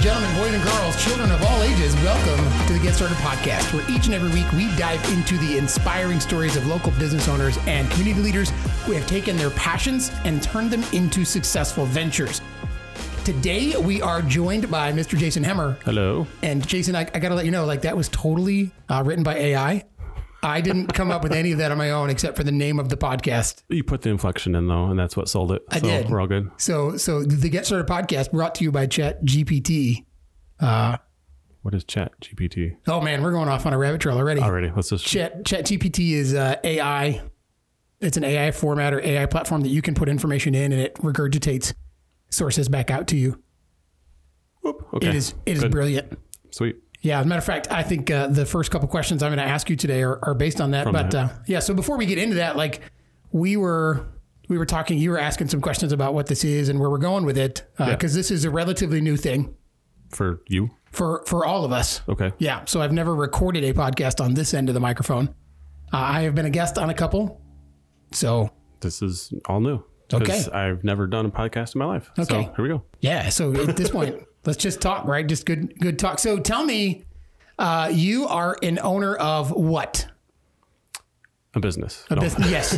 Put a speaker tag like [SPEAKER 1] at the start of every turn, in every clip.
[SPEAKER 1] gentlemen, boys and girls, children of all ages, welcome to the Get Started Podcast, where each and every week we dive into the inspiring stories of local business owners and community leaders who have taken their passions and turned them into successful ventures. Today we are joined by Mr. Jason Hemmer.
[SPEAKER 2] Hello.
[SPEAKER 1] And Jason, I, I got to let you know, like that was totally uh, written by AI. I didn't come up with any of that on my own, except for the name of the podcast.
[SPEAKER 2] You put the inflection in though, and that's what sold it. I so
[SPEAKER 1] did.
[SPEAKER 2] We're all good.
[SPEAKER 1] So, so the Get Started podcast brought to you by Chat GPT.
[SPEAKER 2] What is Chat GPT
[SPEAKER 1] Oh man, we're going off on a rabbit trail already.
[SPEAKER 2] already? Let's just
[SPEAKER 1] Chat Chat GPT is uh, AI. It's an AI format or AI platform that you can put information in, and it regurgitates sources back out to you.
[SPEAKER 2] whoop. Okay.
[SPEAKER 1] It is it is
[SPEAKER 2] Good.
[SPEAKER 1] brilliant.
[SPEAKER 2] sweet.
[SPEAKER 1] Yeah, as a matter of fact, I think uh, the first couple questions I'm going to ask you today are, are based on that. but
[SPEAKER 2] that.
[SPEAKER 1] Uh, yeah, so before we get into that, like we were we were talking, you were asking some questions about what this is and where we're going with it
[SPEAKER 2] Yeah.
[SPEAKER 1] because this is a relatively new thing
[SPEAKER 2] For you.
[SPEAKER 1] for for all of us.
[SPEAKER 2] Okay.
[SPEAKER 1] Yeah, so I've never recorded a podcast on this end of the microphone. Uh, I have been a guest on a couple, so
[SPEAKER 2] This is all new.
[SPEAKER 1] Okay.
[SPEAKER 2] 'Cause I've never done a podcast in my life. So
[SPEAKER 1] Okay.
[SPEAKER 2] here we go.
[SPEAKER 1] Yeah. So at this point, let's just talk, right? Just good, good talk. So tell me, uh, you are an owner of what?
[SPEAKER 2] A business.
[SPEAKER 1] A
[SPEAKER 2] No,
[SPEAKER 1] bus- yes,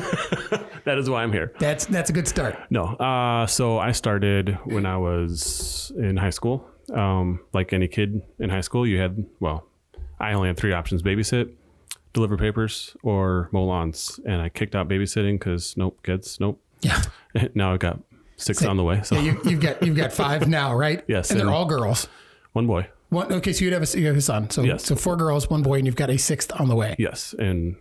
[SPEAKER 2] that is why I'm here.
[SPEAKER 1] that's that's a good start.
[SPEAKER 2] No. Uh, so I started when I was in high school. Um, like any kid in high school, you had, well, I only had three options babysit, deliver papers, or mow lawns. And I kicked out babysitting because nope, kids, nope.
[SPEAKER 1] Yeah.
[SPEAKER 2] now I've got six on the way. So
[SPEAKER 1] Yeah. You, you've got you've got five now, right?
[SPEAKER 2] Yes,
[SPEAKER 1] And they're
[SPEAKER 2] and-
[SPEAKER 1] all girls.
[SPEAKER 2] one boy.
[SPEAKER 1] One. Okay. So you'd have a you have a son. So
[SPEAKER 2] Yes.
[SPEAKER 1] so four girls, one boy, and you've got a sixth on the way.
[SPEAKER 2] Yes, and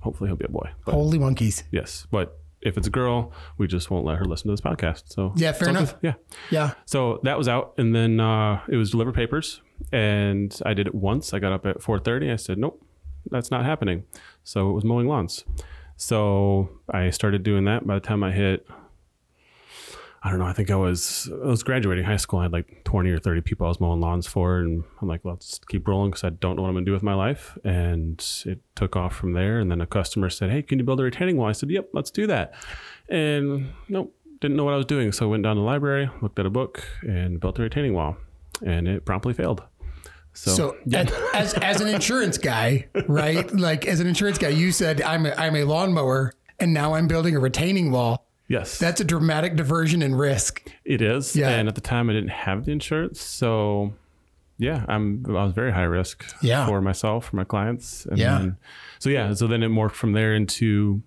[SPEAKER 2] hopefully he'll be a boy. But
[SPEAKER 1] Holy monkeys.
[SPEAKER 2] yes, but if it's a girl, we just won't let her listen to this podcast. So
[SPEAKER 1] Yeah. Fair enough.
[SPEAKER 2] yeah.
[SPEAKER 1] Yeah.
[SPEAKER 2] So that was out, and then uh, it was deliver papers, and I did it once. I got up at four thirty. I said, "Nope, that's not happening." So it was mowing lawns. So I started doing that. By the time I hit, I don't know. I think I was I was graduating high school. I had like twenty or thirty people I was mowing lawns for, and I'm like, "Let's keep rolling," because I don't know what I'm going to do with my life. And it took off from there. And then a customer said, "Hey, can you build a retaining wall?" I said, "Yep, let's do that." and nope, didn't know what I was doing. So I went down to the library, looked at a book, and built a retaining wall, and it promptly failed. So,
[SPEAKER 1] So a- as as an insurance guy, right? Like as an insurance guy, you said I'm a, I'm a lawnmower, and now I'm building a retaining wall.
[SPEAKER 2] yes,
[SPEAKER 1] That's a dramatic diversion in risk.
[SPEAKER 2] it is.
[SPEAKER 1] Yeah.
[SPEAKER 2] And at the time, I didn't have the insurance, so yeah, I'm I was very high risk.
[SPEAKER 1] Yeah.
[SPEAKER 2] for myself, for my clients, and
[SPEAKER 1] Yeah.
[SPEAKER 2] Then, so yeah, so then it morphed from there into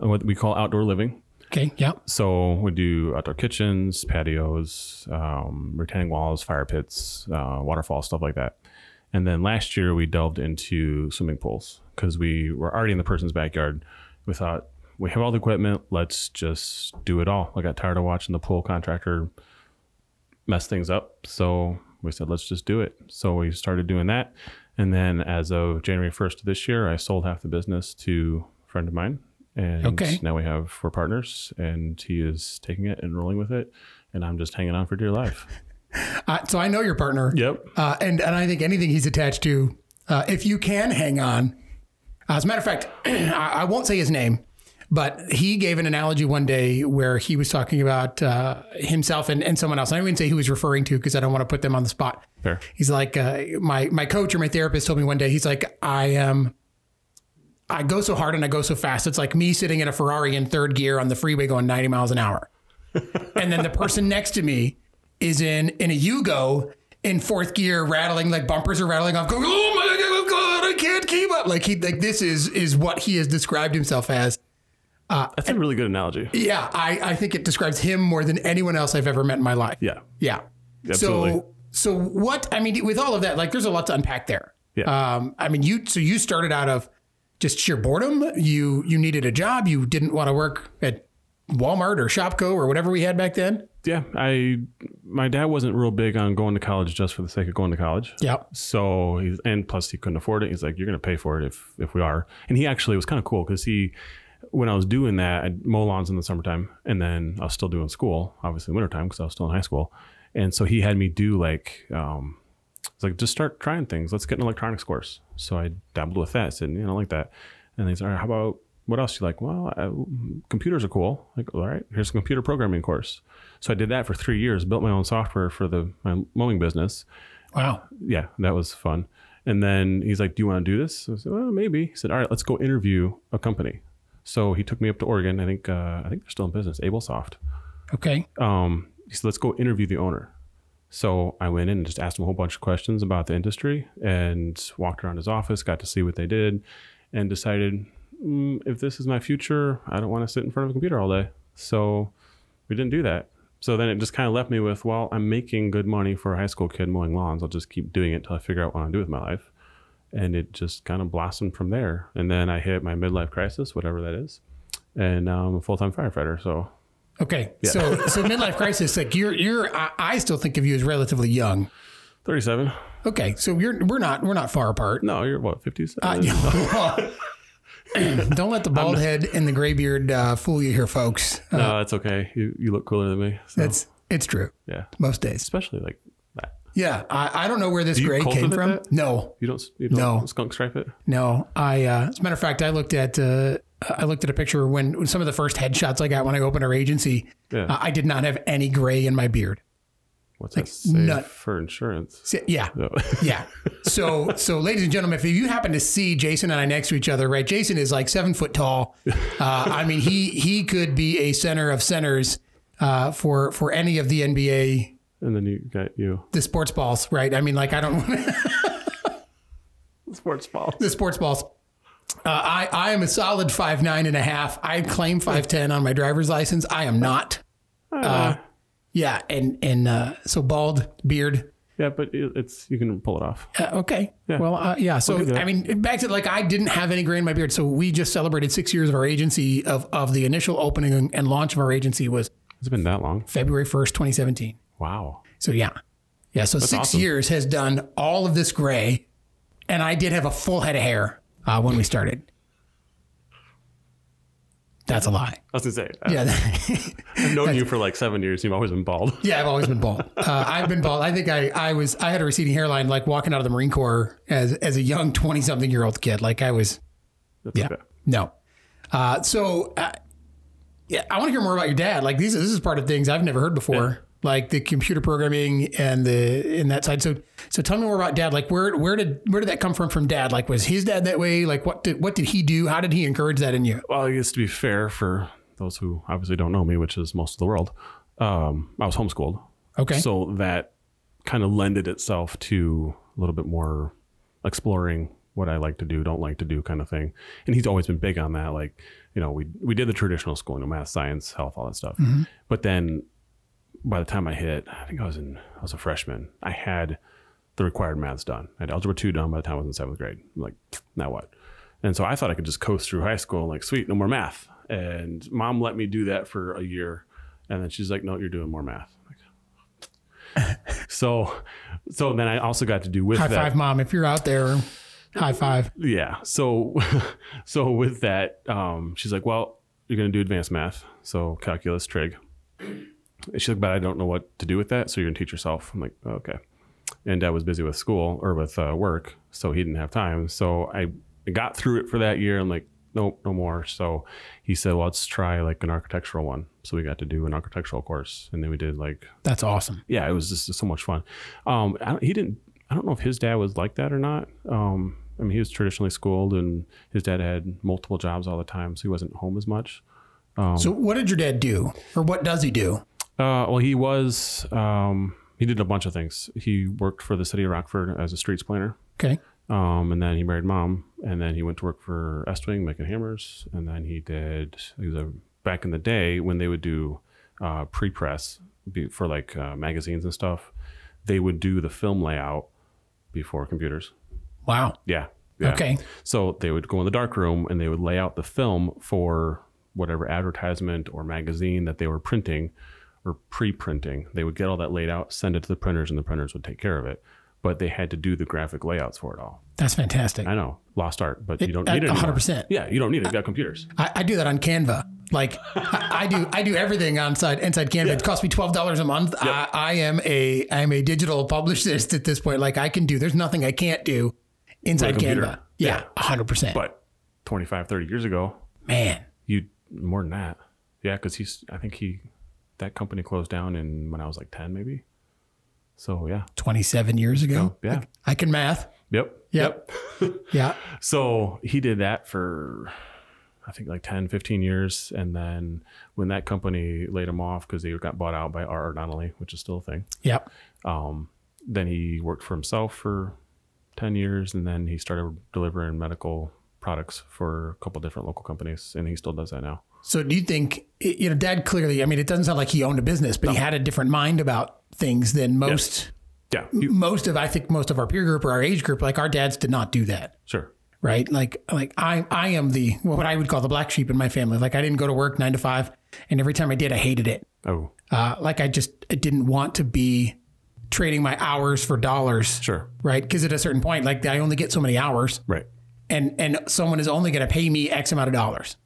[SPEAKER 2] what we call outdoor living.
[SPEAKER 1] Okay. Yeah.
[SPEAKER 2] So we do outdoor kitchens, patios, um, retaining walls, fire pits, uh, waterfalls, stuff like that. And then last year we delved into swimming pools because we were already in the person's backyard. We thought we have all the equipment. Let's just do it all. I got tired of watching the pool contractor mess things up. So we said, let's just do it. So we started doing that. And then as of January 1st of this year, I sold half the business to a friend of mine. And
[SPEAKER 1] Okay.
[SPEAKER 2] now we have four partners, and he is taking it and rolling with it. And I'm just hanging on for dear life.
[SPEAKER 1] Uh, so I know your partner.
[SPEAKER 2] Yep.
[SPEAKER 1] Uh, and and I think anything he's attached to, uh, if you can hang on. Uh, as a matter of fact, I, I won't say his name, but he gave an analogy one day where he was talking about uh, himself and, and someone else. I do not even say who he was referring to because I don't want to put them on the spot.
[SPEAKER 2] Fair.
[SPEAKER 1] He's like, uh, my my coach or my therapist told me one day. He's like, I am. I go so hard and I go so fast. It's like me sitting in a Ferrari in third gear on the freeway going 90 miles an hour. and then the person next to me is in in a Yugo in fourth gear, rattling like bumpers are rattling off. Going, oh my god, God, I can't keep up. Like he like this is is what he has described himself as.
[SPEAKER 2] That's a really good analogy.
[SPEAKER 1] Yeah, I I think it describes him more than anyone else I've ever met in my life.
[SPEAKER 2] Yeah.
[SPEAKER 1] Yeah.
[SPEAKER 2] Absolutely.
[SPEAKER 1] So so what I mean with all of that, like there's a lot to unpack there.
[SPEAKER 2] Yeah.
[SPEAKER 1] Um, I mean you so you started out of just sheer boredom. You you needed a job. You didn't want to work at Walmart or Shopko or whatever we had back then.
[SPEAKER 2] Yeah. I, my dad wasn't real big on going to college just for the sake of going to college.
[SPEAKER 1] Yeah.
[SPEAKER 2] So he's, and plus he couldn't afford it. He's like, you're going to pay for it if, if we are. And he actually was kind of cool because he, when I was doing that, I'd mow lawns in the summertime and then I was still doing school, obviously wintertime because I was still in high school. And so he had me do like, um, it's like, just start trying things. Let's get an electronics course. So I dabbled with that. I said, you know, I like that. And he's like, all right, how about what else do you like? Well, I, computers are cool. Like, all right, here's a computer programming course. So I did that for three years, built my own software for the my mowing business.
[SPEAKER 1] Wow.
[SPEAKER 2] Yeah, that was fun. And then he's like, "Do you want to do this?" I said, "Well, maybe." He said, "All right, let's go interview a company." So he took me up to Oregon. I think uh, I think they're still in business, AbleSoft.
[SPEAKER 1] Okay.
[SPEAKER 2] Um, he said, "Let's go interview the owner." So I went in and just asked him a whole bunch of questions about the industry and walked around his office, got to see what they did, and decided mm, if this is my future, I don't want to sit in front of a computer all day. So we didn't do that. So then it just kind of left me with, well, I'm making good money for a high school kid mowing lawns. I'll just keep doing it till I figure out what I want to do with my life. And it just kind of blossomed from there. And then I hit my midlife crisis, whatever that is, and now I'm a full time firefighter. So
[SPEAKER 1] Okay. So so midlife crisis. Like you're you're. I, I still think of you as relatively young.
[SPEAKER 2] 37.
[SPEAKER 1] Okay. So you're we're not we're not far apart.
[SPEAKER 2] No, you're what, 57?
[SPEAKER 1] Uh, Don't let the bald head and the gray beard uh, fool you here, folks. Uh,
[SPEAKER 2] no, that's okay. You, you look cooler than me. So,
[SPEAKER 1] That's it's true
[SPEAKER 2] yeah.
[SPEAKER 1] most days.
[SPEAKER 2] Especially like that.
[SPEAKER 1] Yeah, I, I don't know where this
[SPEAKER 2] you
[SPEAKER 1] gray came
[SPEAKER 2] cultivate
[SPEAKER 1] from.
[SPEAKER 2] that?
[SPEAKER 1] No,
[SPEAKER 2] You don't, you don't
[SPEAKER 1] No.
[SPEAKER 2] skunk stripe it?
[SPEAKER 1] no. I uh, as a matter of fact, I looked at uh, I looked at a picture when, when some of the first headshots I got when I opened our agency.
[SPEAKER 2] Yeah.
[SPEAKER 1] Uh, I did not have any gray in my beard.
[SPEAKER 2] What's that say
[SPEAKER 1] nut.
[SPEAKER 2] for insurance?
[SPEAKER 1] So, yeah,
[SPEAKER 2] No.
[SPEAKER 1] yeah. So, so, ladies and gentlemen, if you happen to see Jason and I next to each other, right? Jason is like seven foot tall. Uh, I mean, he he could be a center of centers uh, for for any of the NBA
[SPEAKER 2] and then you got you.
[SPEAKER 1] the sports balls, right? I mean, like I don't.
[SPEAKER 2] Sports ball.
[SPEAKER 1] the sports balls. Uh, I, I am a solid five nine and a half. I claim five ten on my driver's license. I am not. Uh, yeah, and and uh, so bald beard.
[SPEAKER 2] Yeah, but it, it's you can pull it off.
[SPEAKER 1] Uh, okay. Well, uh, yeah. So
[SPEAKER 2] do that.
[SPEAKER 1] I mean, back to like I didn't have any gray in my beard. So we just celebrated six years of our agency of of the initial opening and launch of our agency was
[SPEAKER 2] It's been that long.
[SPEAKER 1] February first, twenty seventeen.
[SPEAKER 2] Wow.
[SPEAKER 1] So yeah, yeah. So six
[SPEAKER 2] awesome.
[SPEAKER 1] years has done all of this gray, and I did have a full head of hair uh, when we started. That's a lie.
[SPEAKER 2] I was gonna say,
[SPEAKER 1] Yeah,
[SPEAKER 2] I've known you for like seven years. You've always been bald.
[SPEAKER 1] yeah. I've always been bald. Uh, I've been bald. I think I, I was I had a receding hairline like walking out of the Marine Corps as as a young twenty something year old kid. Like I was
[SPEAKER 2] That's
[SPEAKER 1] Yeah.
[SPEAKER 2] okay.
[SPEAKER 1] no. Uh, so uh, yeah, I want to hear more about your dad. Like these, this is part of things I've never heard before. Like the computer programming and the in that side. So so tell me more about dad. Like where where did where did that come from from dad? Like was his dad that way? Like what did what did he do? How did he encourage that in you?
[SPEAKER 2] Well, I guess to be fair for those who obviously don't know me, which is most of the world, um, I was homeschooled.
[SPEAKER 1] Okay.
[SPEAKER 2] So that kind of lended itself to a little bit more exploring what I like to do, don't like to do kind of thing. And he's always been big on that. Like, you know, we, we did the traditional school, you know, math, science, health, all that stuff. But then by the time I hit, I think I was in, I was a freshman. I had the required maths done. I had algebra two done by the time I was in seventh grade. I'm like, now what? And so I thought I could just coast through high school. Like, sweet, no more math. And mom let me do that for a year, and then she's like, no, you're doing more math. I'm like, so, so then I also got to do with
[SPEAKER 1] high
[SPEAKER 2] that.
[SPEAKER 1] five, mom, if you're out there. High five.
[SPEAKER 2] Yeah. So, so with that, um, she's like, "Well, you're gonna do advanced math, so calculus, trig." And she's like, "But I don't know what to do with that, so you're gonna teach yourself." I'm like, "Okay." And Dad was busy with school or with uh, work, so he didn't have time. So I got through it for that year. I'm like, "Nope, no more." So he said, well, "Let's try like an architectural one." So we got to do an architectural course, and then we did like
[SPEAKER 1] That's awesome.
[SPEAKER 2] yeah, it was just so much fun. Um, I don't, he didn't. I don't know if his dad was like that or not. Um, I mean, he was traditionally schooled, and his dad had multiple jobs all the time, so he wasn't home as much. Um,
[SPEAKER 1] So what did your dad do? Or what does he do?
[SPEAKER 2] Uh, well, he was. Um, he did a bunch of things. He worked for the city of Rockford as a streets planner,
[SPEAKER 1] Okay.
[SPEAKER 2] um, and then he married mom, and then he went to work for Estwing making hammers, and then he did. He was a, back in the day when they would do uh, pre press for like uh, magazines and stuff. They would do the film layout before computers.
[SPEAKER 1] Wow.
[SPEAKER 2] Yeah. yeah.
[SPEAKER 1] Okay.
[SPEAKER 2] So they would go in the dark room and they would lay out the film for whatever advertisement or magazine that they were printing or pre-printing. They would get all that laid out, send it to the printers, and the printers would take care of it. But they had to do the graphic layouts for it all.
[SPEAKER 1] That's fantastic.
[SPEAKER 2] I know, lost art, but you don't
[SPEAKER 1] uh,
[SPEAKER 2] need it. anymore.
[SPEAKER 1] 100%.
[SPEAKER 2] Yeah, you don't need it. You got computers.
[SPEAKER 1] I, I do that on Canva. Like I, I do, I do everything inside inside Canva. It costs me twelve dollars a month. I, I am a I am a digital publicist at this point. Like I can do. There's nothing I can't do inside
[SPEAKER 2] computer.
[SPEAKER 1] Canva. Yeah, hundred percent.
[SPEAKER 2] But 25, 30 years ago,
[SPEAKER 1] Man,
[SPEAKER 2] You more than that. Yeah, because he's. I think he that company closed down in when I was like ten, maybe. So yeah.
[SPEAKER 1] 27 years ago.
[SPEAKER 2] Yeah.
[SPEAKER 1] I can math.
[SPEAKER 2] Yep.
[SPEAKER 1] Yep. Yeah.
[SPEAKER 2] So he did that for I think like 10, 15 years. And then when that company laid him off because they got bought out by R.R. Donnelly, which is still a thing,
[SPEAKER 1] Yep.
[SPEAKER 2] Um, then he worked for himself for 10 years. And then he started delivering medical products for a couple different local companies. And he still does that now.
[SPEAKER 1] So do you think you know dad clearly I mean it doesn't sound like he owned a business but he had a different mind about things than most
[SPEAKER 2] Yeah. You,
[SPEAKER 1] most of I think most of our peer group or our age group like our dads did not do that.
[SPEAKER 2] sure.
[SPEAKER 1] right? Like like I I am the what I would call the black sheep in my family. Like I didn't go to work nine to five, and every time I did, I hated it.
[SPEAKER 2] Oh,
[SPEAKER 1] Uh, like I just I didn't want to be trading my hours for dollars,
[SPEAKER 2] sure.
[SPEAKER 1] right? Because at a certain point, like I only get so many hours,
[SPEAKER 2] Right.
[SPEAKER 1] and and someone is only going to pay me X amount of dollars.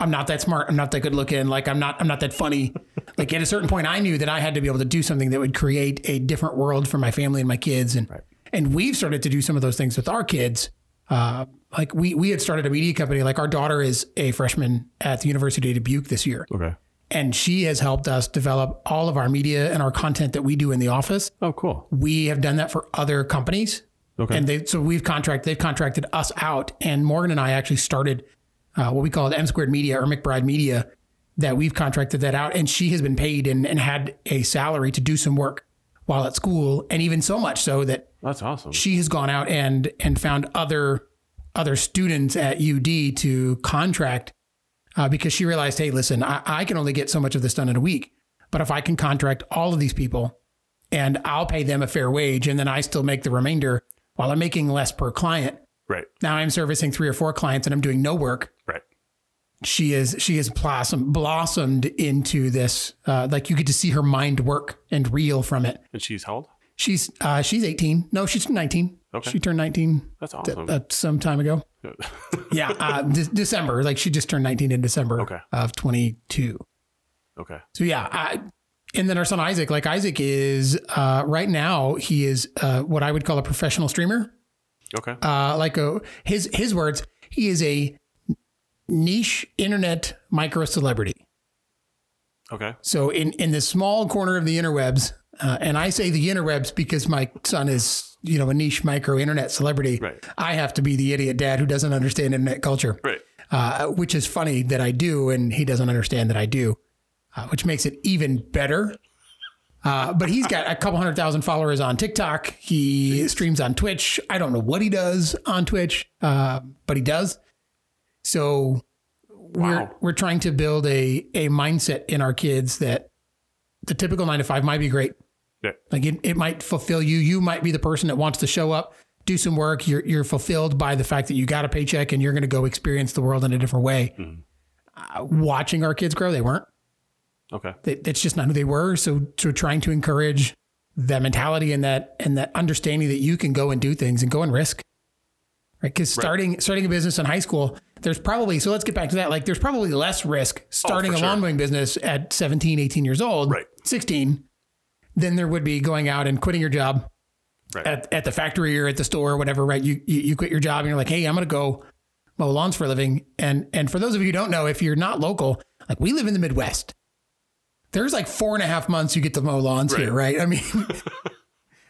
[SPEAKER 1] I'm not that smart. I'm not that good looking. Like I'm not I'm not that funny. like at a certain point, I knew that I had to be able to do something that would create a different world for my family and my kids. And and we've started to do some of those things with our kids. Uh, like we we had started a media company. Like our daughter is a freshman at the University of Dubuque this year,
[SPEAKER 2] Okay.
[SPEAKER 1] and she has helped us develop all of our media and our content that we do in the office
[SPEAKER 2] Oh, cool.
[SPEAKER 1] we have done that for other companies.
[SPEAKER 2] Okay.
[SPEAKER 1] And they so we've contract they've contracted us out, and Morgan and I actually started uh, what we call it M squared Media or McBride Media that we've contracted that out, and she has been paid and, and had a salary to do some work while at school, and even so much so that
[SPEAKER 2] That's awesome.
[SPEAKER 1] she has gone out and and found other other students at UD to contract uh, because she realized, hey, listen, I, I can only get so much of this done in a week, but if I can contract all of these people and I'll pay them a fair wage, and then I still make the remainder while I'm making less per client.
[SPEAKER 2] Right.
[SPEAKER 1] Now I'm servicing three or four clients and I'm doing no work.
[SPEAKER 2] Right.
[SPEAKER 1] She is she has blossomed blossomed into this uh, like you get to see her mind work and reel from it.
[SPEAKER 2] And she's held.
[SPEAKER 1] She's uh, she's 18. No, she's 19.
[SPEAKER 2] Okay.
[SPEAKER 1] She turned 19
[SPEAKER 2] That's
[SPEAKER 1] th-
[SPEAKER 2] awesome.
[SPEAKER 1] uh, some time ago. Yeah, uh, De- December. Like she just turned 19 in December
[SPEAKER 2] Okay.
[SPEAKER 1] of 22.
[SPEAKER 2] okay.
[SPEAKER 1] So yeah, I, and then our son Isaac. Like Isaac is uh, right now he is uh, what I would call a professional streamer.
[SPEAKER 2] Okay.
[SPEAKER 1] Uh, like a, his his words, he is a niche internet micro celebrity.
[SPEAKER 2] Okay.
[SPEAKER 1] So in in this small corner of the interwebs, uh, and I say the interwebs because my son is you know a niche micro internet celebrity.
[SPEAKER 2] Right.
[SPEAKER 1] I have to be the idiot dad who doesn't understand internet culture,
[SPEAKER 2] Right.
[SPEAKER 1] uh, which is funny that I do, and he doesn't understand that I do, uh, which makes it even better. Uh, but he's got a couple hundred thousand followers on TikTok. He streams on Twitch. I don't know what he does on Twitch, uh, but he does. So we're
[SPEAKER 2] Wow.
[SPEAKER 1] we're trying to build a a mindset in our kids that the typical nine to five might be great.
[SPEAKER 2] Yeah.
[SPEAKER 1] Like it, it might fulfill you. You might be the person that wants to show up, do some work. You're you're fulfilled by the fact that you got a paycheck and you're going to go experience the world in a different way.
[SPEAKER 2] Mhm.
[SPEAKER 1] Uh, watching our kids grow, they weren't.
[SPEAKER 2] Okay.
[SPEAKER 1] They, that's just not who they were. So so trying to encourage that mentality and that and that understanding that you can go and do things and go and risk. Right, because
[SPEAKER 2] Right.
[SPEAKER 1] starting starting a business in high school, there's probably so let's get back to that. Like there's probably less risk starting a
[SPEAKER 2] Oh, sure.
[SPEAKER 1] lawn mowing business at 17, 18 years old,
[SPEAKER 2] Right.
[SPEAKER 1] 16, than there would be going out and quitting your job
[SPEAKER 2] Right.
[SPEAKER 1] at, at the factory or at the store or whatever, right? You, you you quit your job and you're like, hey, I'm gonna go mow lawns for a living. And and for those of you who don't know, if you're not local, like we live in the Midwest. There's like four and a half months you get to mow lawns here, right? I mean how,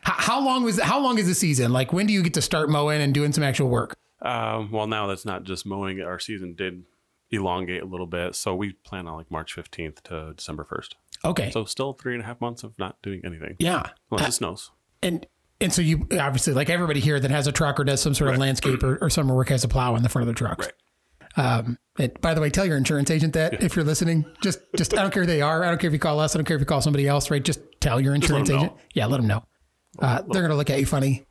[SPEAKER 1] how long was how long is the season? Like when do you get to start mowing and doing some actual work?
[SPEAKER 2] Um, well, now that's not just mowing. Our season did elongate a little bit, so we plan on like March fifteenth to December first.
[SPEAKER 1] Okay.
[SPEAKER 2] So still three and a half months of not doing anything
[SPEAKER 1] yeah.
[SPEAKER 2] unless it snows.
[SPEAKER 1] And and so you obviously like everybody here that has a truck or does some sort of landscape or, or summer work has a plow in the front of their trucks. Um, and by the way, tell your insurance agent that if you're listening, just just I don't care who they are. I don't care if you call us. I don't care if you call somebody else. Right? Just tell your insurance
[SPEAKER 2] them
[SPEAKER 1] agent. Yeah, let them know. Uh, they're gonna look at you funny.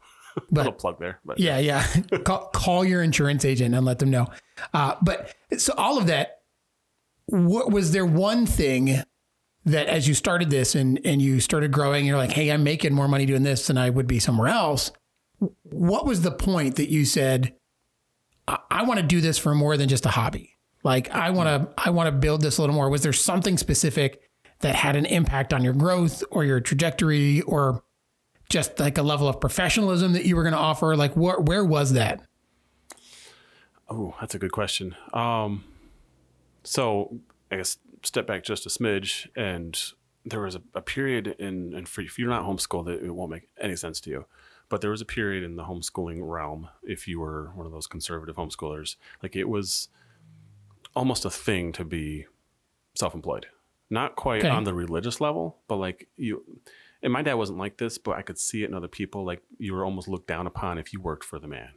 [SPEAKER 1] But
[SPEAKER 2] Little plug there, but
[SPEAKER 1] yeah, yeah. call, call your insurance agent and let them know. Uh, but so all of that. What was there one thing that as you started this and and you started growing, you're like, hey, I'm making more money doing this than I would be somewhere else. What was the point that you said, I, I want to do this for more than just a hobby? Like I want to I want to build this a little more. Was there something specific that had an impact on your growth or your trajectory or just like a level of professionalism that you were going to offer? Like, where where was that?
[SPEAKER 2] oh, that's a good question. Um, So I guess step back just a smidge, and there was a, a period in, and for if you're not homeschooled, it, it won't make any sense to you. But there was a period in the homeschooling realm, if you were one of those conservative homeschoolers, like it was almost a thing to be self-employed. Not quite
[SPEAKER 1] Okay.
[SPEAKER 2] on the religious level, but like you, and my dad wasn't like this, but I could see it in other people. Like you were almost looked down upon if you worked for the man.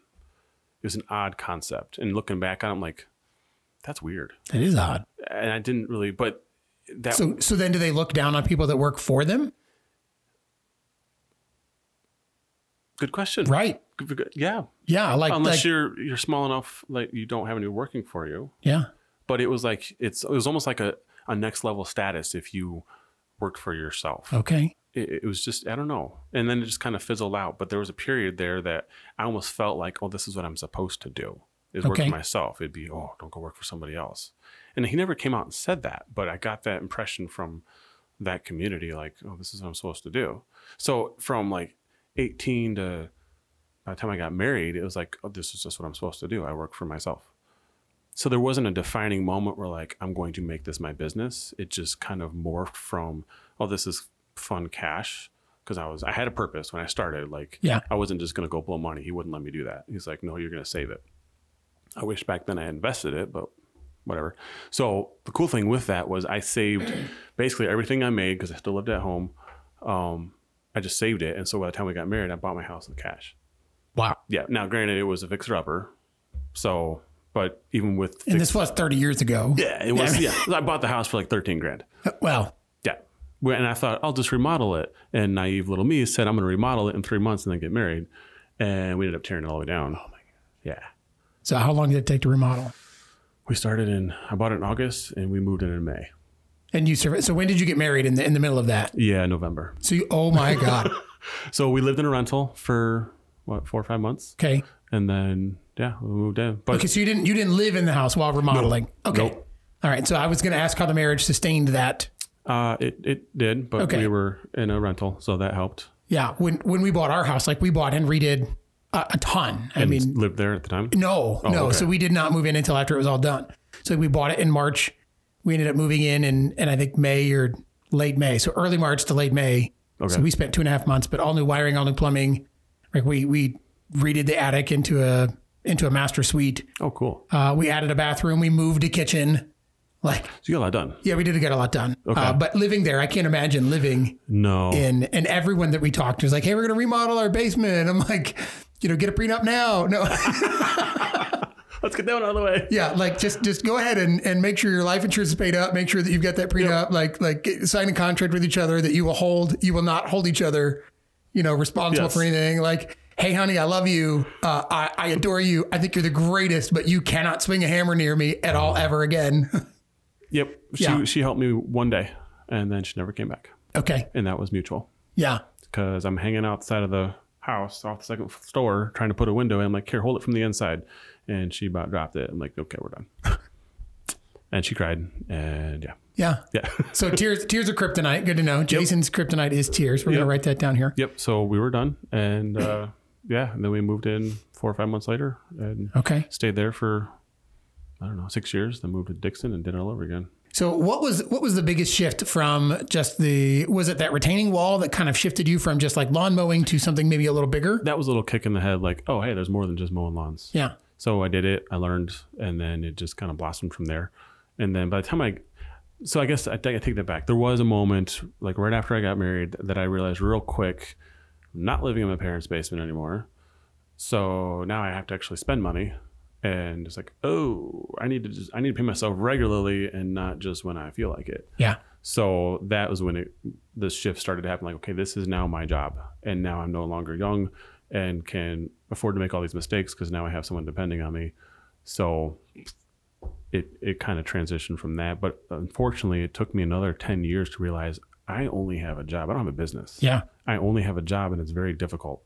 [SPEAKER 2] It was an odd concept, and looking back on it, I'm like, that's weird.
[SPEAKER 1] It is odd.
[SPEAKER 2] And I didn't really, but that
[SPEAKER 1] So so then do they look down on people that work for them?
[SPEAKER 2] good question.
[SPEAKER 1] Right.
[SPEAKER 2] Good- good- Yeah,
[SPEAKER 1] Yeah. Like,
[SPEAKER 2] unless
[SPEAKER 1] like
[SPEAKER 2] you're you're small enough, like you don't have anyone working for you.
[SPEAKER 1] yeah.
[SPEAKER 2] But it was like it's it was almost like a a next level status if you worked for yourself.
[SPEAKER 1] Okay.
[SPEAKER 2] it, it was just I don't know. And then it just kind of fizzled out. But there was a period there that I almost felt like, oh, this is what I'm supposed to do is work
[SPEAKER 1] Okay.
[SPEAKER 2] for myself. It'd be, oh, don't go work for somebody else. And he never came out and said that, but I got that impression from that community, like, oh, this is what I'm supposed to do. So from like 18 to by the time I got married, it was like, oh, this is just what I'm supposed to do. I work for myself. So there wasn't a defining moment where like I'm going to make this my business. It just kind of morphed from, oh, this is fun cash because I was I had a purpose when I started. Like
[SPEAKER 1] Yeah.
[SPEAKER 2] I wasn't just gonna go blow money. He wouldn't let me do that. He's like, no, you're gonna save it. I wish back then I had invested it, but whatever. So the cool thing with that was I saved basically everything I made because I still lived at home. Um, I just saved it, and so by the time we got married, I bought my house with cash.
[SPEAKER 1] Wow.
[SPEAKER 2] Yeah. Now, granted, it was a fixer upper, so but even with
[SPEAKER 1] And
[SPEAKER 2] fix-
[SPEAKER 1] this was 30 years ago.
[SPEAKER 2] yeah, it was yeah. I bought the house for like thirteen grand.
[SPEAKER 1] Well,
[SPEAKER 2] Yeah. Well, And I thought, I'll just remodel it. And naive little me said, I'm going to remodel it in three months and then get married. And we ended up tearing it all the way down. Oh, my God. Yeah.
[SPEAKER 1] so how long did it take to remodel?
[SPEAKER 2] We started in, I bought it in August and we moved in in May.
[SPEAKER 1] And you serve So when did you get married in the in the middle of that?
[SPEAKER 2] Yeah, November.
[SPEAKER 1] So you, oh my god.
[SPEAKER 2] So we lived in a rental for what, four or five months.
[SPEAKER 1] Okay.
[SPEAKER 2] And then, yeah, we moved in. But
[SPEAKER 1] Okay. So you didn't you didn't live in the house while remodeling. Okay.
[SPEAKER 2] Nope.
[SPEAKER 1] All right. So I was going to ask how the marriage sustained that.
[SPEAKER 2] uh, it, it did, but
[SPEAKER 1] Okay.
[SPEAKER 2] we were in a rental. So that helped.
[SPEAKER 1] Yeah. When when we bought our house, like we bought and redid a, a ton. I mean,
[SPEAKER 2] lived there at the time.
[SPEAKER 1] No, no.
[SPEAKER 2] Oh, okay.
[SPEAKER 1] So we did not move in until after it was all done. So we bought it in March. We ended up moving in in, and I think May or late May. So early March to late May.
[SPEAKER 2] Okay.
[SPEAKER 1] So we spent two and a half months, but all new wiring, all new plumbing. Like we we redid the attic into a into a master suite.
[SPEAKER 2] Oh, cool. So
[SPEAKER 1] Uh, we added a bathroom. We moved a kitchen. Like
[SPEAKER 2] you got a lot done.
[SPEAKER 1] yeah, we did get a lot done. Uh, but living there, I can't imagine living
[SPEAKER 2] No.
[SPEAKER 1] in. And everyone that we talked to is like, "Hey, we're gonna remodel our basement." I'm like, you know, get a prenup now. No.
[SPEAKER 2] Let's get that one out of the way.
[SPEAKER 1] Yeah, like just just go ahead and, and make sure your life insurance is paid up. Make sure that you've got that prenup. Like like get- sign a contract with each other that you will hold. You will not hold each other, you know, responsible
[SPEAKER 2] Yes.
[SPEAKER 1] for anything. Like, hey, honey, I love you. Uh, I I adore you. I think you're the greatest, but you cannot swing a hammer near me at all ever again.
[SPEAKER 2] Yep. She,
[SPEAKER 1] Yeah.
[SPEAKER 2] she helped me one day and then she never came back.
[SPEAKER 1] okay.
[SPEAKER 2] and that was mutual
[SPEAKER 1] Yeah.
[SPEAKER 2] because I'm hanging outside of the house off the second floor trying to put a window in. I'm like, here, hold it from the inside. And she about dropped it. I'm like, okay, we're done. and she cried. And yeah.
[SPEAKER 1] Yeah.
[SPEAKER 2] Yeah.
[SPEAKER 1] So tears tears are kryptonite. Good to know. Jason's kryptonite is tears. We're gonna write that down here.
[SPEAKER 2] yep. So we were done. And uh, yeah. And then we moved in four or five months later and
[SPEAKER 1] Okay.
[SPEAKER 2] stayed there for, I don't know, six years. Then moved to Dixon and did it all over again.
[SPEAKER 1] So what was what was the biggest shift from just the was it that retaining wall that kind of shifted you from just like lawn mowing to something maybe a little bigger?
[SPEAKER 2] That was a little kick in the head like, oh, hey, there's more than just mowing lawns.
[SPEAKER 1] Yeah.
[SPEAKER 2] So I did it. I learned, and then it just kind of blossomed from there. And then by the time I, so I guess I, take- I take that back. There was a moment, like right after I got married, that I realized real quick, I'm not living in my parents' basement anymore. So now I have to actually spend money, and it's like, oh, I need to just I need to pay myself regularly and not just when I feel like it.
[SPEAKER 1] Yeah.
[SPEAKER 2] So that was when it, the shift started to happen. Like, okay, this is now my job, and now I'm no longer young and can afford to make all these mistakes because now I have someone depending on me. So it it kind of transitioned from that, but unfortunately, it took me another ten years to realize I only have a job. I don't have a business.
[SPEAKER 1] Yeah.
[SPEAKER 2] I only have a job, and it's very difficult.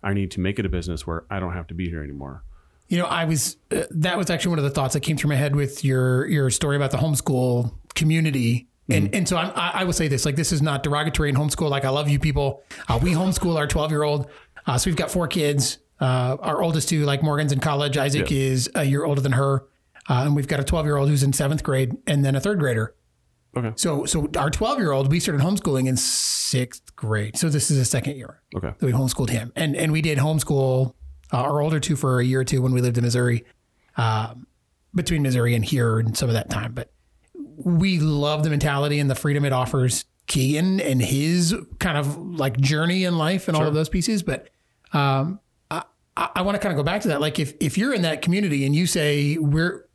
[SPEAKER 2] I need to make it a business where I don't have to be here anymore.
[SPEAKER 1] You know, I was uh, that was actually one of the thoughts that came through my head with your your story about the homeschool community. And, and so I'm, I, I will say this like this is not derogatory in homeschool like I love you people uh, we homeschool our 12 year old uh, so we've got four kids uh, our oldest two like Morgan's in college Isaac is a year older than her Uh, and we've got a 12 year old who's in seventh grade and then a third grader.
[SPEAKER 2] Okay.
[SPEAKER 1] So, so our 12 year old, we started homeschooling in sixth grade. So this is the second year
[SPEAKER 2] Okay.
[SPEAKER 1] that we homeschooled him. And, and we did homeschool uh, our older two for a year or two when we lived in Missouri, um, between Missouri and here and some of that time. But we love the mentality and the freedom it offers Keegan and his kind of like journey in life and all of those pieces. But um, I, I, I want to kind of go back to that. Like if, if you're in that community and you say we're,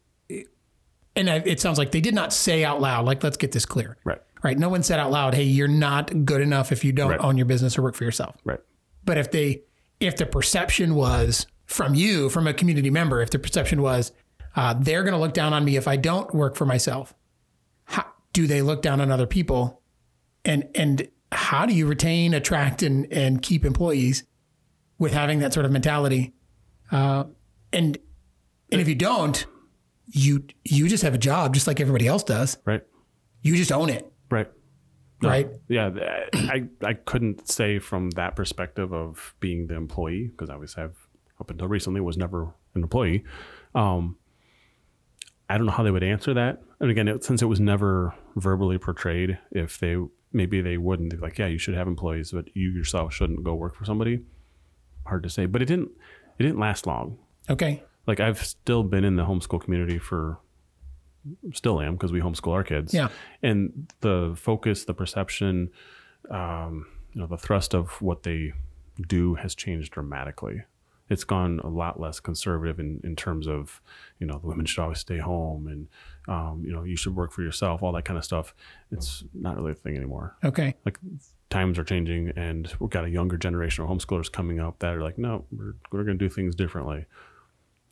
[SPEAKER 1] and I- it sounds like they did not say out loud, like, let's get this clear.
[SPEAKER 2] Right.
[SPEAKER 1] Right. No one said out loud, hey, you're not good enough if you don't
[SPEAKER 2] Right.
[SPEAKER 1] own your business or work for yourself.
[SPEAKER 2] Right.
[SPEAKER 1] But if they, if the perception was from you, from a community member, if the perception was, uh, they're going to look down on me if I don't work for myself. How, do they look down on other people, and and how do you retain, attract, and and keep employees with having that sort of mentality? Uh, and and if you don't, you you just have a job just like everybody else does.
[SPEAKER 2] Right.
[SPEAKER 1] You just own it,
[SPEAKER 2] Right.
[SPEAKER 1] right?
[SPEAKER 2] Yeah, th- I I couldn't say from that perspective of being the employee because I always have up until recently was never an employee. Um, I don't know how they would answer that, and again, it, since it was never verbally portrayed, if they maybe they wouldn't They'd be like, yeah, you should have employees, but you yourself shouldn't go work for somebody. Hard to say, but it didn't it didn't last long.
[SPEAKER 1] Okay,
[SPEAKER 2] Like I've still been in the homeschool community for still am because we homeschool our kids
[SPEAKER 1] yeah,
[SPEAKER 2] and the focus the perception um, you know the thrust of what they do has changed dramatically it's gone a lot less conservative in, in terms of you know the women should always stay home and um, you know you should work for yourself all that kind of stuff it's not really a thing anymore
[SPEAKER 1] okay,
[SPEAKER 2] like times are changing and we've got a younger generation of homeschoolers coming up that are like no we're, we're going to do things differently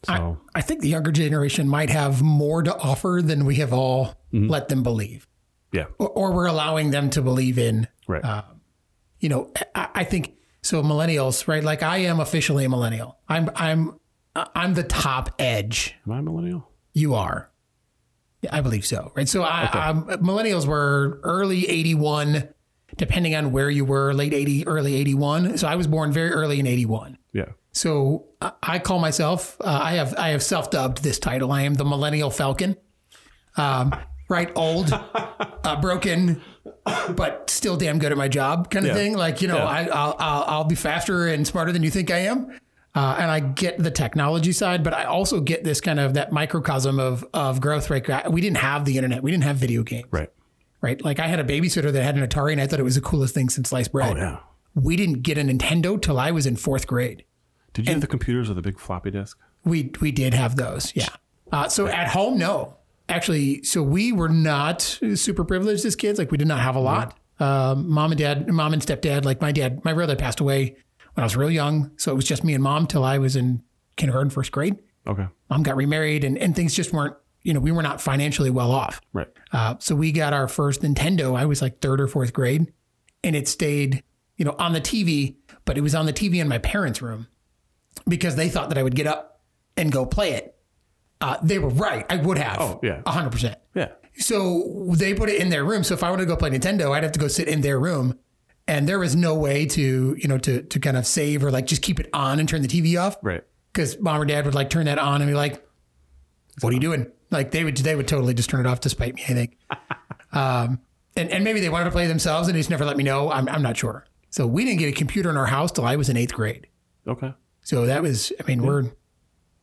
[SPEAKER 2] so
[SPEAKER 1] I think the younger generation might have more to offer than we have all let them believe.
[SPEAKER 2] Yeah.
[SPEAKER 1] Or, or we're allowing them to believe in.
[SPEAKER 2] right
[SPEAKER 1] You know, I, I think so. Millennials, right? Like I am officially a millennial. I'm I'm I'm the top edge.
[SPEAKER 2] am i a millennial
[SPEAKER 1] You are. Yeah, I believe so. Right. So I, I'm, millennials were early 81, depending on where you were, late 80, early 81. So I was born very early in 81.
[SPEAKER 2] yeah
[SPEAKER 1] So I- I call myself. Uh, I have I have self dubbed this title. I am the Millennial Falcon. Um, right, old, uh, broken, but still damn good at my job, kind of
[SPEAKER 2] Yeah.
[SPEAKER 1] thing. Like you know, I, I'll, I'll I'll be faster and smarter than you think I am. Uh, and I get the technology side, but I also get this kind of that microcosm of of growth rate. We didn't have the internet. We didn't have video games,
[SPEAKER 2] right
[SPEAKER 1] right? Like I had a babysitter that had an Atari, and I thought it was the coolest thing since sliced bread.
[SPEAKER 2] oh yeah
[SPEAKER 1] We didn't get a Nintendo till I was in fourth grade.
[SPEAKER 2] did you have the computers with the big floppy disk
[SPEAKER 1] We we did have those, yeah. Uh, so at home, no, actually. So we were not super privileged as kids. Like we did not have a lot. Um, mom and dad, mom and stepdad. Like my dad, my brother passed away when I was real young, so it was just me and mom till I was in kindergarten, first grade.
[SPEAKER 2] okay
[SPEAKER 1] Mom got remarried, and and things just weren't. You know, we were not financially well off.
[SPEAKER 2] right
[SPEAKER 1] Uh, so we got our first Nintendo. I was like third or fourth grade, and it stayed, you know, on the TV. But it was on the TV in my parents' room because they thought that I would get up and go play it. Uh, they were right. I would have.
[SPEAKER 2] Oh, yeah.
[SPEAKER 1] hundred percent.
[SPEAKER 2] yeah
[SPEAKER 1] So they put it in their room. So if I wanted to go play Nintendo, I'd have to go sit in their room, and there was no way to, you know, to to kind of save or like just keep it on and turn the TV off
[SPEAKER 2] Right.
[SPEAKER 1] because mom or dad would like turn that on and be like, "What are you doing?" Like they would they would totally just turn it off to spite me. I think, um, and and maybe they wanted to play themselves and they just never let me know. I'm I'm not sure. So we didn't get a computer in our house till I was in eighth grade.
[SPEAKER 2] Okay.
[SPEAKER 1] So that was I mean we're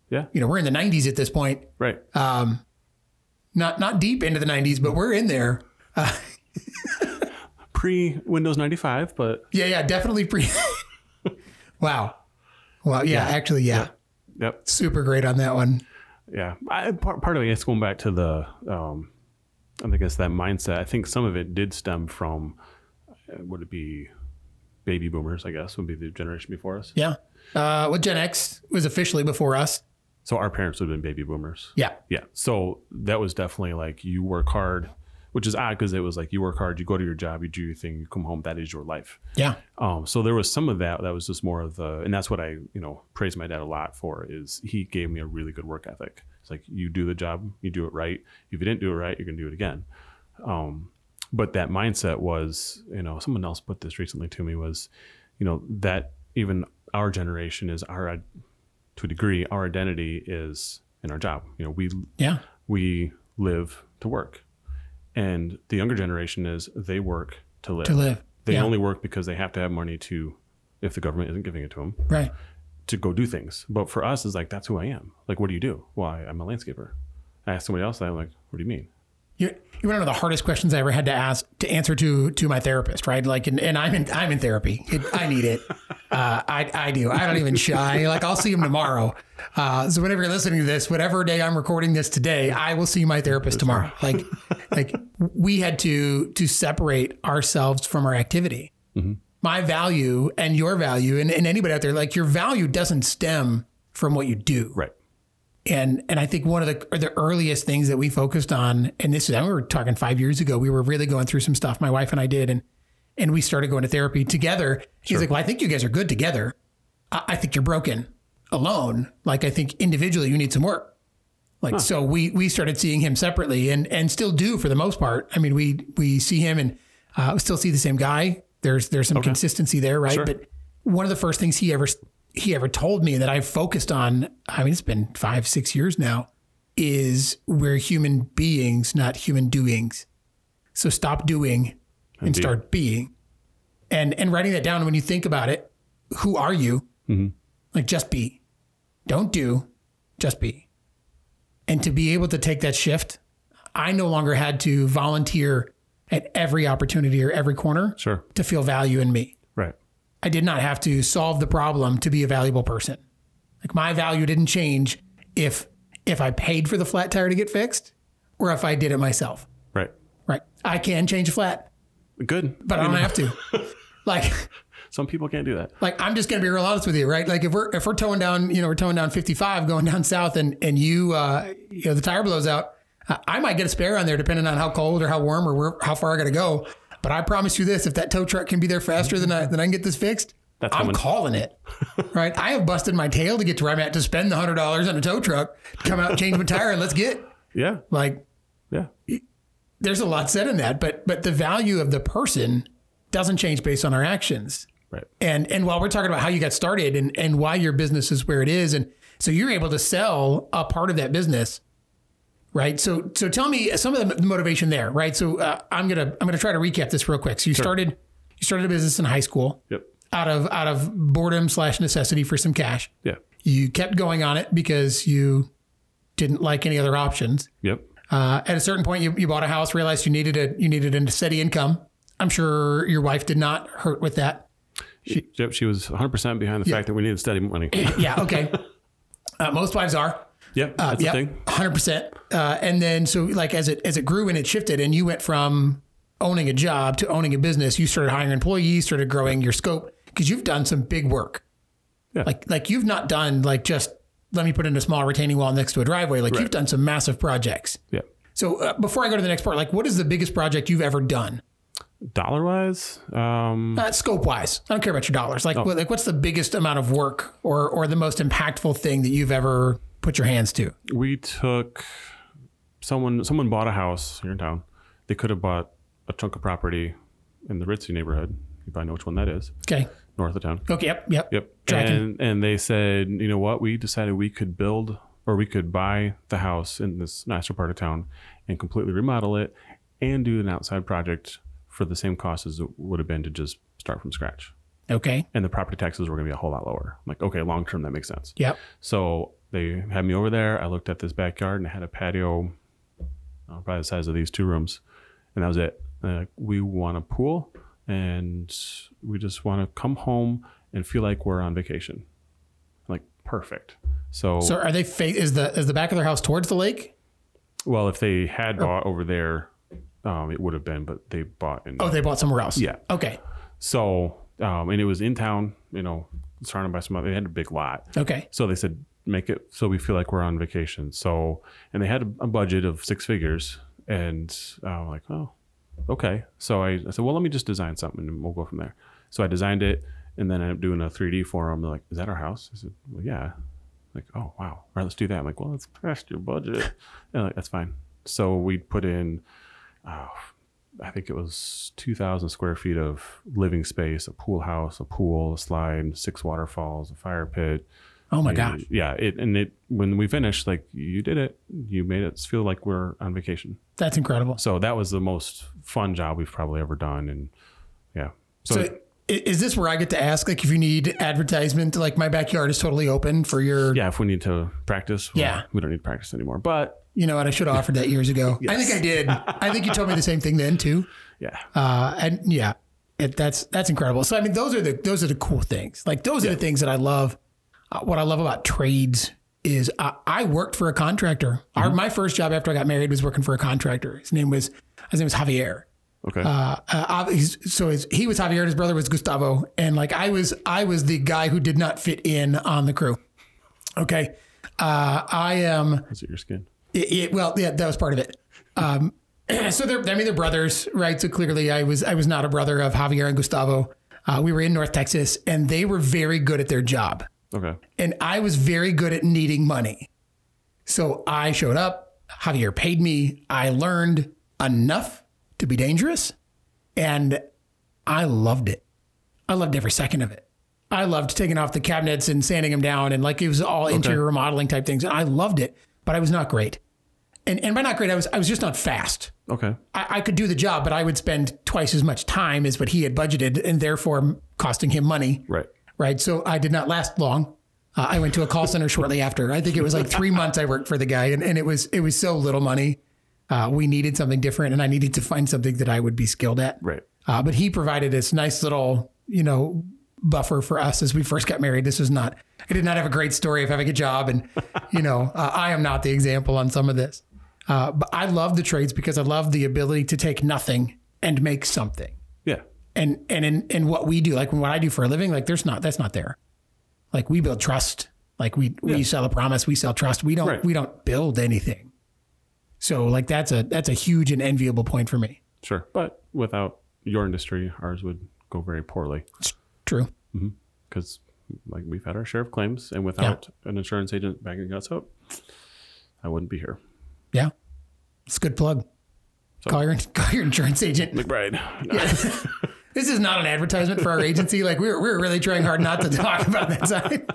[SPEAKER 2] Yeah.
[SPEAKER 1] you know we're in the 90s at this point,
[SPEAKER 2] Right.
[SPEAKER 1] not not deep into the 90s, but we're in there.
[SPEAKER 2] Pre Windows 95, but
[SPEAKER 1] Yeah, yeah, definitely pre. wow, well, yeah, actually, yeah,
[SPEAKER 2] yep.
[SPEAKER 1] super great on that one.
[SPEAKER 2] Yeah. I, part, part of it is going back to the, um, I think it's that mindset. I think some of it did stem from, uh, would it be baby boomers, I guess, would be the generation before us.
[SPEAKER 1] Yeah, uh, well, Gen X was officially before us.
[SPEAKER 2] So our parents would have been baby boomers.
[SPEAKER 1] Yeah,
[SPEAKER 2] Yeah. So that was definitely like you work hard, which is odd because it was like you work hard, you go to your job, you do your thing, you come home, that is your life.
[SPEAKER 1] yeah,
[SPEAKER 2] Um, so there was some of that that was just more of the, and that's what I, you know, praise my dad a lot for is he gave me a really good work ethic. It's like you do the job, you do it right. If you didn't do it right, you're gonna do it again. Um, but that mindset was, you know, someone else put this recently to me was, you know, that even our generation is our, to a degree, our identity is in our job. You know, we
[SPEAKER 1] Yeah.
[SPEAKER 2] we live to work, and the younger generation is they work to live.
[SPEAKER 1] To live.
[SPEAKER 2] They
[SPEAKER 1] yeah.
[SPEAKER 2] only work because they have to have money to, if the government isn't giving it to them,
[SPEAKER 1] right.
[SPEAKER 2] to go do things. But for us, it's like that's who I am. Like, what do you do? Well, I, I'm a landscaper. I ask somebody else that, I'm like, what do you mean?
[SPEAKER 1] You you want to know the hardest questions I ever had to ask to answer to to my therapist, right? Like, and, and I'm in I'm in therapy. It, I need it. Uh, I I do. I don't even shy. Like, I'll see him tomorrow. Uh, so whenever you're listening to this, whatever day I'm recording this today, I will see my therapist tomorrow. Like, like we had to to separate ourselves from our activity. My value and your value, and, and anybody out there, like your value doesn't stem from what you do,
[SPEAKER 2] Right.
[SPEAKER 1] and and I think one of the the earliest things that we focused on, and this is and we were talking five years ago, we were really going through some stuff. My wife and I did, and and we started going to therapy together. She's like, "Well, I think you guys are good together. I, I think you're broken alone. Like I think individually you need some work." Like so, we we started seeing him separately, and and still do for the most part. I mean, we we see him and uh, we still see the same guy. There's there's some consistency there, right? But one of the first things he ever he ever told me that I've focused on. I mean, it's been five six years now. Is we're human beings, not human doings. So stop doing and start being. And and writing that down when you think about it, who are you? Like just be. Don't do, just be and to be able to take that shift, I no longer had to volunteer at every opportunity or every corner
[SPEAKER 2] Sure.
[SPEAKER 1] to feel value in me.
[SPEAKER 2] Right.
[SPEAKER 1] I did not have to solve the problem to be a valuable person. Like my value didn't change if if I paid for the flat tire to get fixed or if I did it myself.
[SPEAKER 2] Right.
[SPEAKER 1] Right. I can change a flat,
[SPEAKER 2] Good.
[SPEAKER 1] but I don't have to. Like
[SPEAKER 2] Some people can't do that.
[SPEAKER 1] like I'm just gonna be real honest with you, right? Like if we're if we're towing down, you know, we're towing down 55 going down south, and and you uh, you know the tire blows out, I- I might get a spare on there depending on how cold or how warm or where, how far I gotta go. But I promise you this: if that tow truck can be there faster than I than I can get this fixed,
[SPEAKER 2] That's
[SPEAKER 1] I'm
[SPEAKER 2] coming.
[SPEAKER 1] calling it. right? I have busted my tail to get to where I'm at to spend the hundred dollars on a tow truck, come out, change my tire, and let's get
[SPEAKER 2] Yeah.
[SPEAKER 1] like
[SPEAKER 2] Yeah.
[SPEAKER 1] there's a lot said in that, but but the value of the person doesn't change based on our actions.
[SPEAKER 2] Right.
[SPEAKER 1] And and while we're talking about how you got started and and why your business is where it is, and so you're able to sell a part of that business, right? So so tell me some of the motivation there, right? So uh, I'm gonna I'm gonna try to recap this real quick. So you started you started a business in high school
[SPEAKER 2] Yep.
[SPEAKER 1] out of out of boredom slash necessity for some cash.
[SPEAKER 2] Yeah.
[SPEAKER 1] You kept going on it because you didn't like any other options.
[SPEAKER 2] Yep.
[SPEAKER 1] Uh, at a certain point, you, you bought a house, realized you needed a you needed a steady income. I'm sure your wife did not hurt with that.
[SPEAKER 2] yep. She was 100% behind the fact that we needed steady money.
[SPEAKER 1] Yeah. Okay. uh, most wives are.
[SPEAKER 2] yep. That's
[SPEAKER 1] Uh, Yeah.
[SPEAKER 2] the thing.
[SPEAKER 1] Hundred percent. Uh, And then so like as it as it grew and it shifted and you went from owning a job to owning a business, you started hiring employees, started growing your scope because you've done some big work.
[SPEAKER 2] Yeah.
[SPEAKER 1] Like like you've not done like just let me put in a small retaining wall next to a driveway. Like you've done some massive projects.
[SPEAKER 2] Yeah.
[SPEAKER 1] So uh, before I go to the next part, like what is the biggest project you've ever done?
[SPEAKER 2] Dollar wise, um,
[SPEAKER 1] Not scope wise. I don't care about your dollars. Like what, like what's the biggest amount of work or or the most impactful thing that you've ever put your hands to?
[SPEAKER 2] we took someone someone bought a house here in town. They could have bought a chunk of property in the Ritzy neighborhood. You probably know which one that is,
[SPEAKER 1] Okay.
[SPEAKER 2] north of town.
[SPEAKER 1] Okay. Yep. Yep.
[SPEAKER 2] Yep.
[SPEAKER 1] Tracking.
[SPEAKER 2] And and they said, you know what? We decided we could build or we could buy the house in this nicer part of town and completely remodel it and do an outside project for the same cost as it would have been to just start from scratch.
[SPEAKER 1] Okay.
[SPEAKER 2] And the property taxes were going to be a whole lot lower. I'm like, okay, long term that makes sense.
[SPEAKER 1] Yep.
[SPEAKER 2] So they had me over there. I looked at this backyard and it had a patio, uh, probably the size of these two rooms, and that was it. And they're like, we want a pool, and we just want to come home and feel like we're on vacation. I'm like perfect. So,
[SPEAKER 1] So are they fa- is the is the back of their house towards the lake?
[SPEAKER 2] well, if they had bought over there, um, it would have been, but they bought in.
[SPEAKER 1] Oh, they bought somewhere else.
[SPEAKER 2] Yeah.
[SPEAKER 1] Okay.
[SPEAKER 2] So, um, and it was in town. You know, surrounded by some. other- They had a big lot.
[SPEAKER 1] Okay.
[SPEAKER 2] So they said, make it so we feel like we're on vacation. So, and they had a, a budget of six figures. And I'm like, oh, okay. So I, I said, well, let me just design something and we'll go from there. So I designed it and then I ended up doing a 3D for them. They're like, is that our house? I said, well, yeah. Like, oh, wow. All right, let's do that. I'm like, well, that's past your budget. And like, that's fine. So we put in, oh, I think it was 2,000 square feet of living space, a pool house, a pool, a slide, six waterfalls, a fire pit,
[SPEAKER 1] Oh my gosh.
[SPEAKER 2] Yeah, it and it when we finished, like you did it. You made us feel like we're on vacation.
[SPEAKER 1] That's incredible.
[SPEAKER 2] So that was the most fun job we've probably ever done, and yeah.
[SPEAKER 1] So i- is this where I get to ask like if you need advertisement, like my backyard is totally open for your
[SPEAKER 2] yeah, if we need to practice, well,
[SPEAKER 1] Yeah.
[SPEAKER 2] we don't need to practice anymore. But
[SPEAKER 1] you know what I should have offered that years ago. I think I did. I think you told me the same thing then too.
[SPEAKER 2] yeah,
[SPEAKER 1] Uh, and yeah, it, that's that's incredible. So I mean, those are the those are the cool things. Like those are the things that I love. Uh, what I love about trades is I, I worked for a contractor. Our, my first job after I got married was working for a contractor. His name was his name was Javier.
[SPEAKER 2] okay,
[SPEAKER 1] Uh, uh, ob- he's, so his, he was Javier, his brother was Gustavo, and like I was, I was the guy who did not fit in on the crew. Okay, uh, I am.
[SPEAKER 2] that's your skin.
[SPEAKER 1] It, it- well, yeah, that was part of it. Um, so they're, I mean, they're brothers, right? So clearly, I was I was not a brother of Javier and Gustavo. Uh, we were in North Texas, and they were very good at their job,
[SPEAKER 2] Okay,
[SPEAKER 1] and I was very good at needing money. So I showed up. Javier paid me. I learned enough to be dangerous, and I loved it. I loved every second of it. I loved taking off the cabinets and sanding them down, and like it was all interior remodeling type things. And I loved it, but I was not great. And and by not great, I was I was just not fast.
[SPEAKER 2] okay,
[SPEAKER 1] I, I could do the job, but I would spend twice as much time as what he had budgeted, and therefore costing him money.
[SPEAKER 2] right.
[SPEAKER 1] Right. So I did not last long. Uh, I went to a call center shortly after. I think it was like three months I worked for the guy, and, and it was it was so little money. Uh, we needed something different, and I needed to find something that I would be skilled at.
[SPEAKER 2] Right.
[SPEAKER 1] Uh, but he provided this nice little, you know, buffer for us as we first got married. This was not, I did not have a great story of having a job. And, you know, uh, I am not the example on some of this. Uh, but I love the trades because I love the ability to take nothing and make something.
[SPEAKER 2] Yeah.
[SPEAKER 1] And, and in, in what we do, like what I do for a living, like there's not, that's not there. Like we build trust. Like we, we sell a promise, we sell trust. We don't,
[SPEAKER 2] Right.
[SPEAKER 1] we don't build anything. So like that's a, that's a huge and enviable point for me.
[SPEAKER 2] Sure. But without your industry, ours would go very poorly
[SPEAKER 1] True.
[SPEAKER 2] because, like, we've had our share of claims, and without an insurance agent backing us up, I wouldn't be here.
[SPEAKER 1] Yeah. It's a good plug. Call your call your insurance agent.
[SPEAKER 2] McBride.
[SPEAKER 1] This is not an advertisement for our agency. Like we're we're really trying hard not to talk about that side.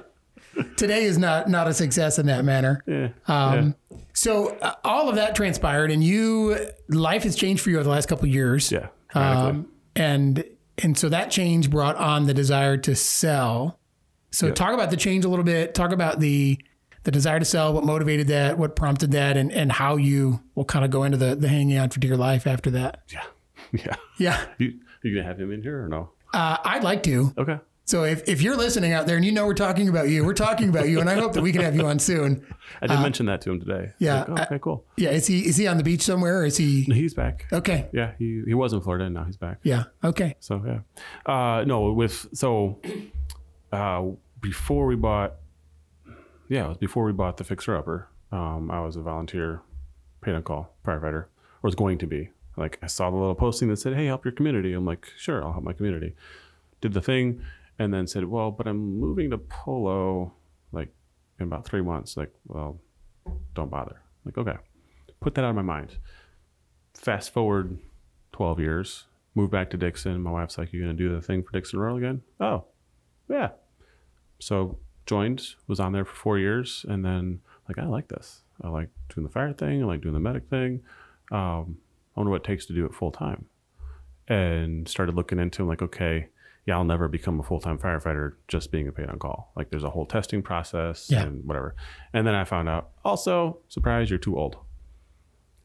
[SPEAKER 1] Today is not not a success in that manner.
[SPEAKER 2] yeah.
[SPEAKER 1] Um, So uh, all of that transpired, and you life has changed for you over the last couple of years.
[SPEAKER 2] yeah. dramatically.
[SPEAKER 1] Um, and and so that change brought on the desire to sell. So talk about the change a little bit. Talk about the the desire to sell. What motivated that? What prompted that? And and how you will kind of go into the the hanging on for dear life after that.
[SPEAKER 2] yeah. Yeah.
[SPEAKER 1] Yeah,
[SPEAKER 2] You, you gonna have him in here or no?
[SPEAKER 1] uh, I'd like to.
[SPEAKER 2] Okay.
[SPEAKER 1] So if if you're listening out there and you know we're talking about you, we're talking about you, and I hope that we can have you on soon.
[SPEAKER 2] I did mention that to him today.
[SPEAKER 1] yeah,
[SPEAKER 2] Like, oh, okay. Cool.
[SPEAKER 1] Yeah, is he is he on the beach somewhere? Or is he
[SPEAKER 2] He's back.
[SPEAKER 1] okay?
[SPEAKER 2] Yeah. He he was in Florida and now he's back.
[SPEAKER 1] Yeah, okay.
[SPEAKER 2] So yeah, uh, no, with so uh, before we bought, yeah, it was before we bought the fixer upper. Um, I was a volunteer, paid on call firefighter, or was going to be. Like I saw the little posting that said, "Hey, help your community." I'm like, "Sure, I'll help my community." Did the thing, and then said, "Well, but I'm moving to Polo, like in about three months." Like, well, don't bother. Like, okay, put that out of my mind. Fast forward 12 years, moved back to Dixon. My wife's like, You're going to do the thing for Dixon Rural again? Oh, yeah. So joined, was on there for four years. And then, like, I like this. I like doing the fire thing. I like doing the medic thing. Um, I wonder what it takes to do it full time. And started looking into like, okay, yeah, I'll never become a full time firefighter just being a paid on call. Like, there's a whole testing process
[SPEAKER 1] Yeah.
[SPEAKER 2] and whatever. And then I found out also, surprise, you're too old.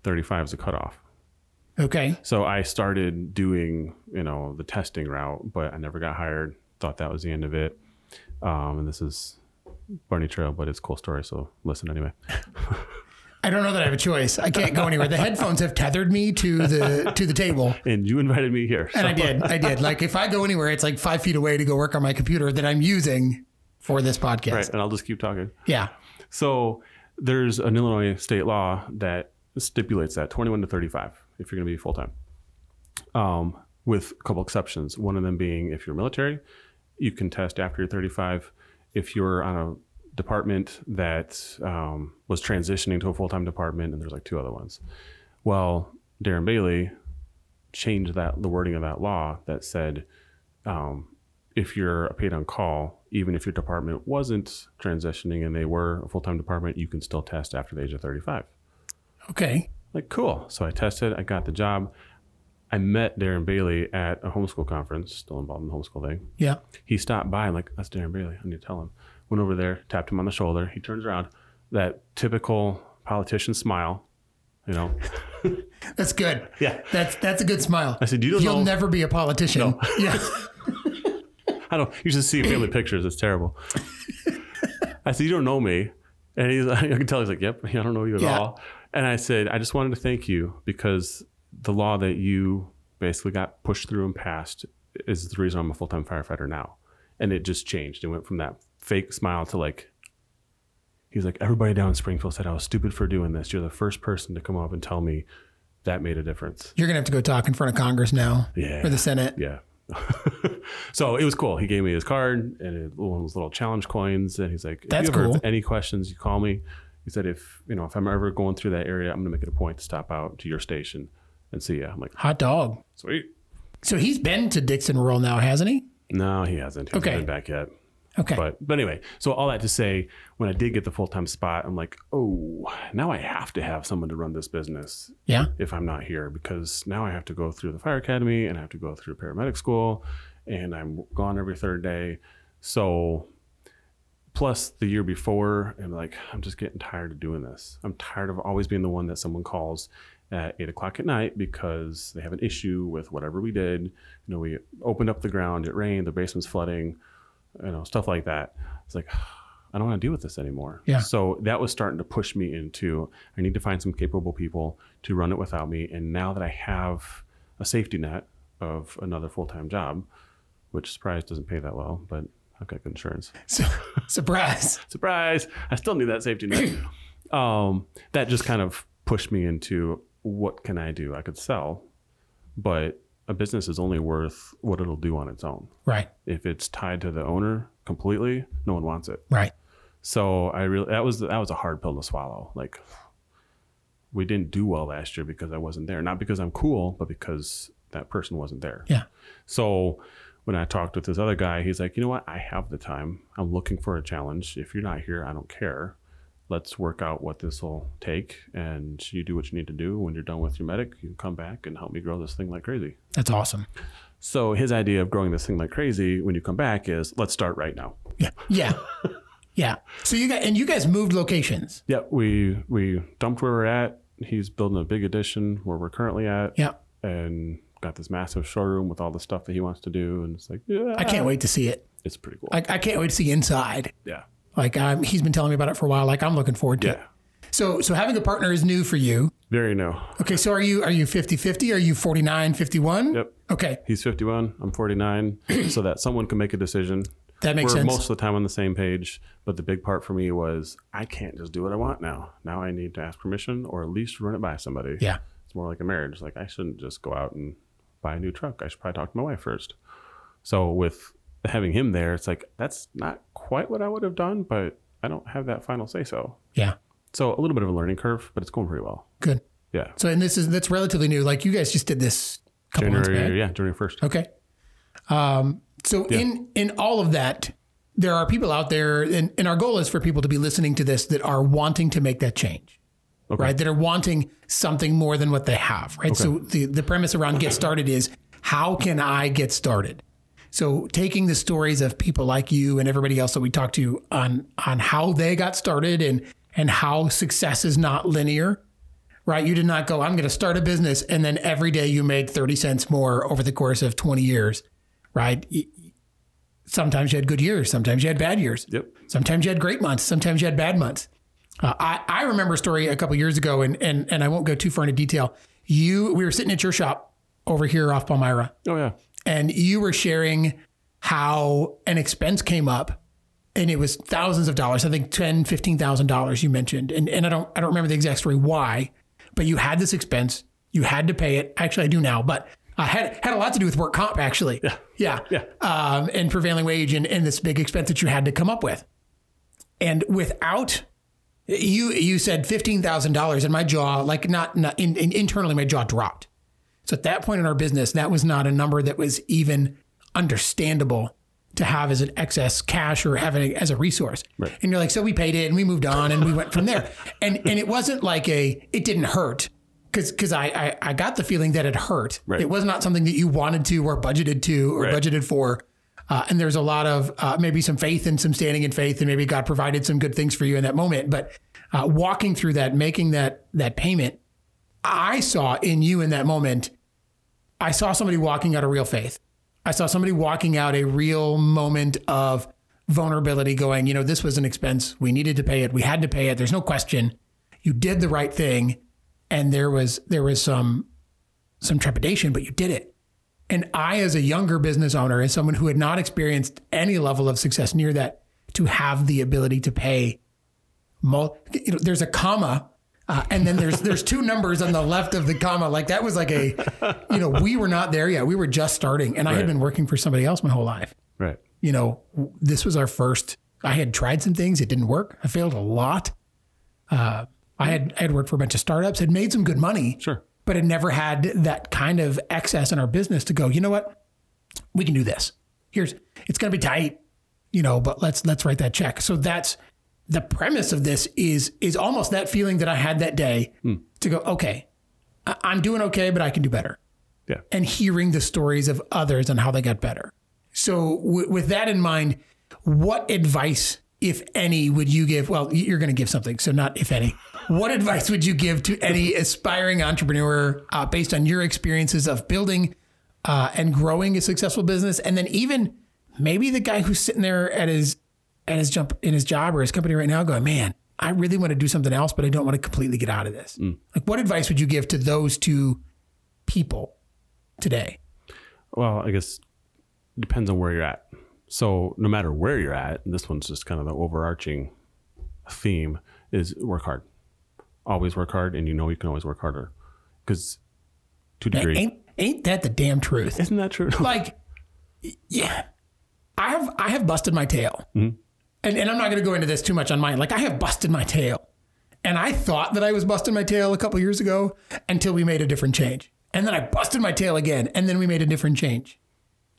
[SPEAKER 2] 35 is a cutoff.
[SPEAKER 1] Okay.
[SPEAKER 2] So I started doing, you know, the testing route, but I never got hired. Thought that was the end of it. Um, and this is Barney Trail, but it's a cool story. So listen anyway.
[SPEAKER 1] I don't know that I have a choice. I can't go anywhere. The headphones have tethered me to the to the table.
[SPEAKER 2] And you invited me here.
[SPEAKER 1] And
[SPEAKER 2] so-
[SPEAKER 1] I did. I did. Like if I go anywhere, it's like five feet away to go work on my computer that I'm using for this podcast.
[SPEAKER 2] right. And I'll just keep talking.
[SPEAKER 1] Yeah.
[SPEAKER 2] So there's an Illinois state law that stipulates that 21 to 35 if you're going to be full time, um, with a couple exceptions. One of them being if you're military, you can test after you're 35. If you're on a department that um, was transitioning to a full time department, and there's like two other ones. Well, Darren Bailey changed that the wording of that law that said um, if you're a paid on call, even if your department wasn't transitioning and they were a full time department, you can still test after the age of 35.
[SPEAKER 1] Okay.
[SPEAKER 2] Like, cool. So I tested, I got the job. I met Darren Bailey at a homeschool conference, still involved in the homeschool thing.
[SPEAKER 1] Yeah.
[SPEAKER 2] He stopped by, I'm like, that's Darren Bailey. I need to tell him. Went over there, tapped him on the shoulder. He turns around, that typical politician smile, you know.
[SPEAKER 1] That's good.
[SPEAKER 2] Yeah.
[SPEAKER 1] That's that's a good smile. I
[SPEAKER 2] said, "You don't
[SPEAKER 1] You'll
[SPEAKER 2] know-
[SPEAKER 1] never be a politician. Yeah.
[SPEAKER 2] I don't. You should see family pictures. It's terrible. I said, "You don't know me," and he's. I can tell he's like, "Yep, I don't know you at
[SPEAKER 1] Yeah.
[SPEAKER 2] all." And I said, "I just wanted to thank you because the law that you basically got pushed through and passed is the reason I'm a full time firefighter now." And it just changed. It went from that fake smile to like. He's like, everybody down in Springfield said I was stupid for doing this. You're the first person to come up and tell me that made a difference.
[SPEAKER 1] You're gonna have to go talk in front of Congress now.
[SPEAKER 2] Yeah.
[SPEAKER 1] Or the Senate.
[SPEAKER 2] Yeah. so it was cool. He gave me his card and it, one of those little challenge coins, and he's like, "If
[SPEAKER 1] That's
[SPEAKER 2] you ever have
[SPEAKER 1] cool.
[SPEAKER 2] Any questions? You call me." He said, "If you know, if I'm ever going through that area, I'm gonna make it a point to stop out to your station and see you." I'm like,
[SPEAKER 1] Hot dog.
[SPEAKER 2] "Sweet."
[SPEAKER 1] So he's been to Dixon Rural now, hasn't he?
[SPEAKER 2] No, he hasn't. He
[SPEAKER 1] Okay.
[SPEAKER 2] hasn't been back yet.
[SPEAKER 1] Okay.
[SPEAKER 2] But but anyway, so all that to say, when I did get the full time spot, I'm like, "Oh, now I have to have someone to run this business."
[SPEAKER 1] yeah.
[SPEAKER 2] if I'm not here because now I have to go through the fire academy and I have to go through paramedic school and I'm gone every third day. So plus the year before, I'm like, I'm just getting tired of doing this. I'm tired of always being the one that someone calls at eight o'clock at night because they have an issue with whatever we did. You know, we opened up the ground, it rained, the basement's flooding, you know, stuff like that. It's like I don't want to deal with this anymore.
[SPEAKER 1] Yeah.
[SPEAKER 2] So that was starting to push me into I need to find some capable people to run it without me. And now that I have a safety net of another full time job, which surprise doesn't pay that well, but I've got good insurance.
[SPEAKER 1] So, surprise.
[SPEAKER 2] Surprise! I still need that safety net. um, that just kind of pushed me into what can I do? I could sell, but a business is only worth what it'll do on its own.
[SPEAKER 1] Right.
[SPEAKER 2] If it's tied to the owner completely, no one wants it.
[SPEAKER 1] Right.
[SPEAKER 2] So I really that was that was a hard pill to swallow. Like we didn't do well last year because I wasn't there. Not because I'm cool, but because that person wasn't there.
[SPEAKER 1] Yeah.
[SPEAKER 2] So when I talked with this other guy, he's like, "You know what? I have the time. I'm looking for a challenge. If you're not here, I don't care. Let's work out what this will take and you do what you need to do. When you're done with your medic, you can come back and help me grow this thing like crazy."
[SPEAKER 1] That's awesome.
[SPEAKER 2] So his idea of growing this thing like crazy when you come back is, "Let's start right now."
[SPEAKER 1] Yeah. Yeah. yeah. So you guys and you guys moved locations.
[SPEAKER 2] Yeah, we we dumped where we're at. He's building a big addition where we're currently at,
[SPEAKER 1] Yeah.
[SPEAKER 2] and got this massive showroom with all the stuff that he wants to do. And it's like, yeah,
[SPEAKER 1] I can't wait to see it.
[SPEAKER 2] It's pretty cool.
[SPEAKER 1] I, I can't wait to see inside.
[SPEAKER 2] yeah,
[SPEAKER 1] Like I'm, he's been telling me about it for a while. Like I'm looking forward to it.
[SPEAKER 2] yeah,
[SPEAKER 1] So so having a partner is new for you.
[SPEAKER 2] very new.
[SPEAKER 1] Okay, so are you are you 50-50? Are you 49-51?
[SPEAKER 2] Yep.
[SPEAKER 1] Okay,
[SPEAKER 2] He's 51. I'm 49. so that someone can make a decision.
[SPEAKER 1] that makes
[SPEAKER 2] we're
[SPEAKER 1] sense.
[SPEAKER 2] most of the time on the same page. But the big part for me was I can't just do what I want now. Now I need to ask permission or at least run it by somebody.
[SPEAKER 1] yeah.
[SPEAKER 2] it's more like a marriage. Like I shouldn't just go out and buy a new truck. I should probably talk to my wife first. So with having him there, it's like that's not quite what I would have done, but I don't have that final say so.
[SPEAKER 1] Yeah.
[SPEAKER 2] So a little bit of a learning curve, but it's going pretty well.
[SPEAKER 1] Good.
[SPEAKER 2] Yeah.
[SPEAKER 1] So and this is that's relatively new. Like you guys just did this a couple months
[SPEAKER 2] January,
[SPEAKER 1] back.
[SPEAKER 2] yeah, January first.
[SPEAKER 1] Okay. Um so in in all of that there are people out there and, and our goal is for people to be listening to this that are wanting to make that change.
[SPEAKER 2] Okay.
[SPEAKER 1] Right? That are wanting something more than what they have, right? So the the premise around get started is how can I get started? So taking the stories of people like you and everybody else that we talked to on on how they got started and and how success is not linear, right? You did not go, I'm going to start a business and then every day you made 30 cents more over the course of 20 years, right? Y- Sometimes you had good years, sometimes you had bad years.
[SPEAKER 2] Yep.
[SPEAKER 1] Sometimes you had great months. Sometimes you had bad months. Uh, I, I remember a story a couple years ago, and, and and I won't go too far into detail. You, we were sitting at your shop over here off Palmyra,
[SPEAKER 2] Oh yeah.
[SPEAKER 1] and you were sharing how an expense came up, and it was thousands of dollars. I think ten, fifteen thousand dollars you mentioned, and and I don't I don't remember the exact story why, but you had this expense, you had to pay it. Actually, I do now, but. I had had a lot to do with work comp actually, yeah, yeah,
[SPEAKER 2] Yeah.
[SPEAKER 1] Um, and prevailing wage and, and this big expense that you had to come up with and without you you said $15,000 and my jaw like not, not in, in, internally my jaw dropped. So at that point in our business that was not a number that was even understandable to have as an excess cash or having as a resource.
[SPEAKER 2] Right.
[SPEAKER 1] And you're like, so we paid it and we moved on and we went from there. And and it wasn't like a it didn't hurt. Cause, cause I, I, I got the feeling that it hurt.
[SPEAKER 2] Right.
[SPEAKER 1] It was not something that you wanted to or budgeted to or
[SPEAKER 2] Right.
[SPEAKER 1] budgeted for. Uh, and there's a lot of uh, maybe some faith and some standing in faith, and maybe God provided some good things for you in that moment. But uh, walking through that, making that that payment, I saw in you in that moment I saw somebody walking out a real faith. I saw somebody walking out a real moment of vulnerability going, you know, this was an expense. We needed to pay it. We had to pay it. There's no question. You did the right thing. And there was there was some some trepidation, but you did it. And I, as a younger business owner, as someone who had not experienced any level of success near that, to have the ability to pay, mul- you know, there's a comma, uh, and then there's there's two numbers on the left of the comma. Like that was like a, you know, we were not there yet. We were just starting, and I had
[SPEAKER 2] Right.
[SPEAKER 1] been working for somebody else my whole life.
[SPEAKER 2] Right.
[SPEAKER 1] You know, w- this was our first. I had tried some things. It didn't work. I failed a lot. Uh, I had I had worked for a bunch of startups. Had made some good money
[SPEAKER 2] Sure.
[SPEAKER 1] but had never had that kind of excess in our business to go, you know what? We can do this. Here's it's gonna be tight, you know, but let's let's write that check. So that's the premise of this is is almost that feeling that I had that day to go, okay, I- I'm doing okay, but I can do better
[SPEAKER 2] Yeah.
[SPEAKER 1] and hearing the stories of others and how they got better. So, w- with that in mind, what advice, if any, would you give? Well, y- you're going to give something, so not if any. What advice would you give to any aspiring entrepreneur uh, based on your experiences of building uh, and growing a successful business, and then even maybe the guy who's sitting there at his at his jump in his job or his company right now, going, man. I really want to do something else, but I don't want to completely get out of this. Like, what advice would you give to those two people today.
[SPEAKER 2] Well, I guess depends on where you're at. So no matter where you're at, and this one's just kind of the overarching theme is work hard. Always work hard, and you know you can always work harder because to a
[SPEAKER 1] Like,
[SPEAKER 2] degree,
[SPEAKER 1] ain't ain't that the damn truth?
[SPEAKER 2] isn't that true?
[SPEAKER 1] Like, y- yeah, I have I have busted my tail, and and I'm not going to go into this too much on mine. Like I have busted my tail, and I thought that I was busting my tail a couple years ago until we made a different change, and then I busted my tail again, and then we made a different change.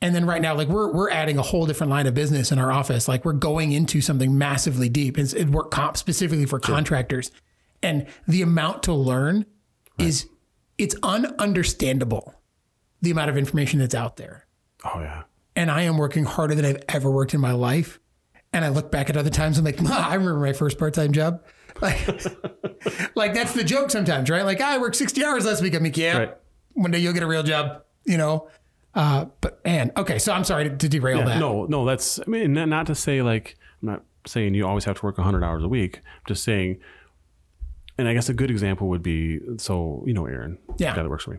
[SPEAKER 1] And then right now, like we're we're adding a whole different line of business in our office. Like we're going into something massively deep. It's it work comp specifically for contractors, and the amount to learn is it's ununderstandable the amount of information that's out there.
[SPEAKER 2] oh yeah,
[SPEAKER 1] And I am working harder than I've ever worked in my life. And I look back at other times, I'm like, "Ma, I remember my first part-time job. Like, like that's the joke sometimes, right? Like, "Ah, I worked 60 hours last week. I'm like, yeah,
[SPEAKER 2] Right.
[SPEAKER 1] one day you'll get a real job, you know? Uh, but man, okay, so I'm sorry to, to derail that.
[SPEAKER 2] No, no, that's I mean not, not to say like I'm not saying you always have to work 100 hours a week. I'm just saying and I guess a good example would be so, you know, Aaron,
[SPEAKER 1] Yeah.
[SPEAKER 2] the guy that works for me.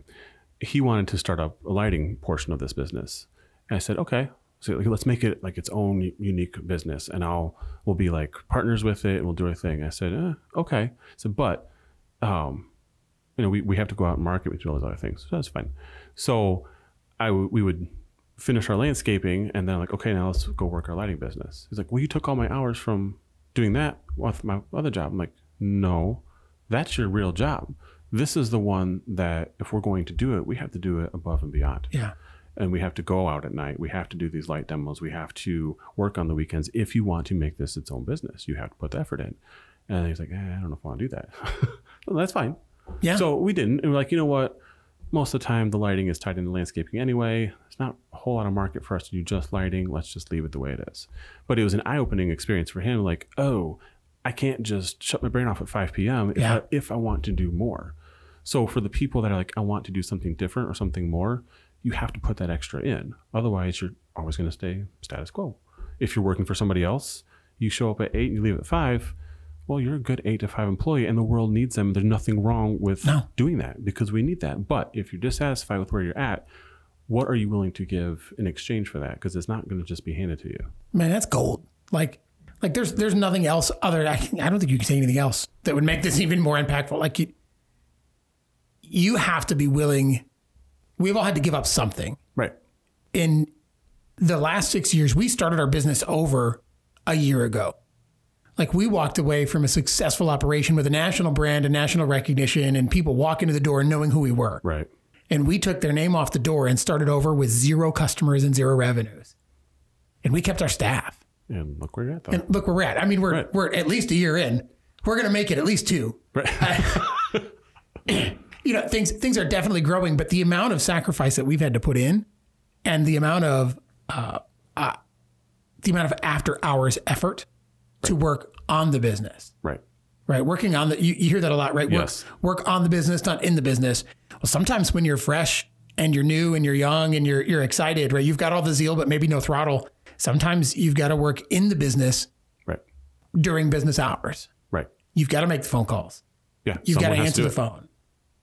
[SPEAKER 2] He wanted to start up a lighting portion of this business. And I said, "Okay, so like, let's make it like its own u- unique business and I'll we'll be like partners with it and we'll do our thing." I said, eh, "Okay." I said, "But um you know, we, we have to go out and market with all these other things. So that's fine. So I w- we would finish our landscaping and then like, okay, now let's go work our lighting business. He's like, well, you took all my hours from doing that with my other job. I'm like, no, that's your real job. This is the one that if we're going to do it, we have to do it above and beyond
[SPEAKER 1] Yeah.
[SPEAKER 2] and we have to go out at night. We have to do these light demos. We have to work on the weekends. If you want to make this its own business, you have to put the effort in. And he's like, eh, I don't know if I want to do that. well, that's fine.
[SPEAKER 1] Yeah.
[SPEAKER 2] So we didn't. And we're like, you know what? Most of the time, the lighting is tied into landscaping anyway. There's not a whole lot of market for us to do just lighting. Let's just leave it the way it is. But it was an eye opening experience for him. Like, oh, I can't just shut my brain off at 5 p.m. If,
[SPEAKER 1] Yeah.
[SPEAKER 2] I, if I want to do more. So for the people that are like, I want to do something different or something more, you have to put that extra in. Otherwise, you're always going to stay status quo. If you're working for somebody else, you show up at eight and you leave at five. Well, you're a good eight to five employee, and the world needs them. There's nothing wrong with
[SPEAKER 1] No.
[SPEAKER 2] doing that because we need that. But if you're dissatisfied with where you're at, what are you willing to give in exchange for that? Because it's not going to just be handed to you.
[SPEAKER 1] Man, that's gold. Like, like there's there's nothing else other. I, I don't think you can say anything else that would make this even more impactful. Like you, you have to be willing. We've all had to give up something.
[SPEAKER 2] Right.
[SPEAKER 1] in the last six years, we started our business over a year ago. Like we walked away from a successful operation with a national brand and national recognition and people walking to the door knowing who we were.
[SPEAKER 2] Right.
[SPEAKER 1] And we took their name off the door and started over with zero customers and zero revenues. and we kept our staff.
[SPEAKER 2] And look where you're at, though.
[SPEAKER 1] And look where we're at. I mean, we're we're at least a year in. We're gonna make it at least two. you know, things things are definitely growing, but the amount of sacrifice that we've had to put in, and the amount of uh, uh, the amount of after hours effort to work on the business,
[SPEAKER 2] right.
[SPEAKER 1] right? Working on the you, you hear that a lot, right? Work,
[SPEAKER 2] Yes.
[SPEAKER 1] work on the business, not in the business. Well, sometimes when you're fresh and you're new and you're young and you're you're excited, right? You've got all the zeal, but maybe no throttle. Sometimes you've got to work in the business
[SPEAKER 2] Right.
[SPEAKER 1] during business hours.
[SPEAKER 2] Right.
[SPEAKER 1] You've got to make the phone calls.
[SPEAKER 2] Yeah.
[SPEAKER 1] You've got
[SPEAKER 2] someone
[SPEAKER 1] to
[SPEAKER 2] has
[SPEAKER 1] answer
[SPEAKER 2] do
[SPEAKER 1] the
[SPEAKER 2] it.
[SPEAKER 1] phone,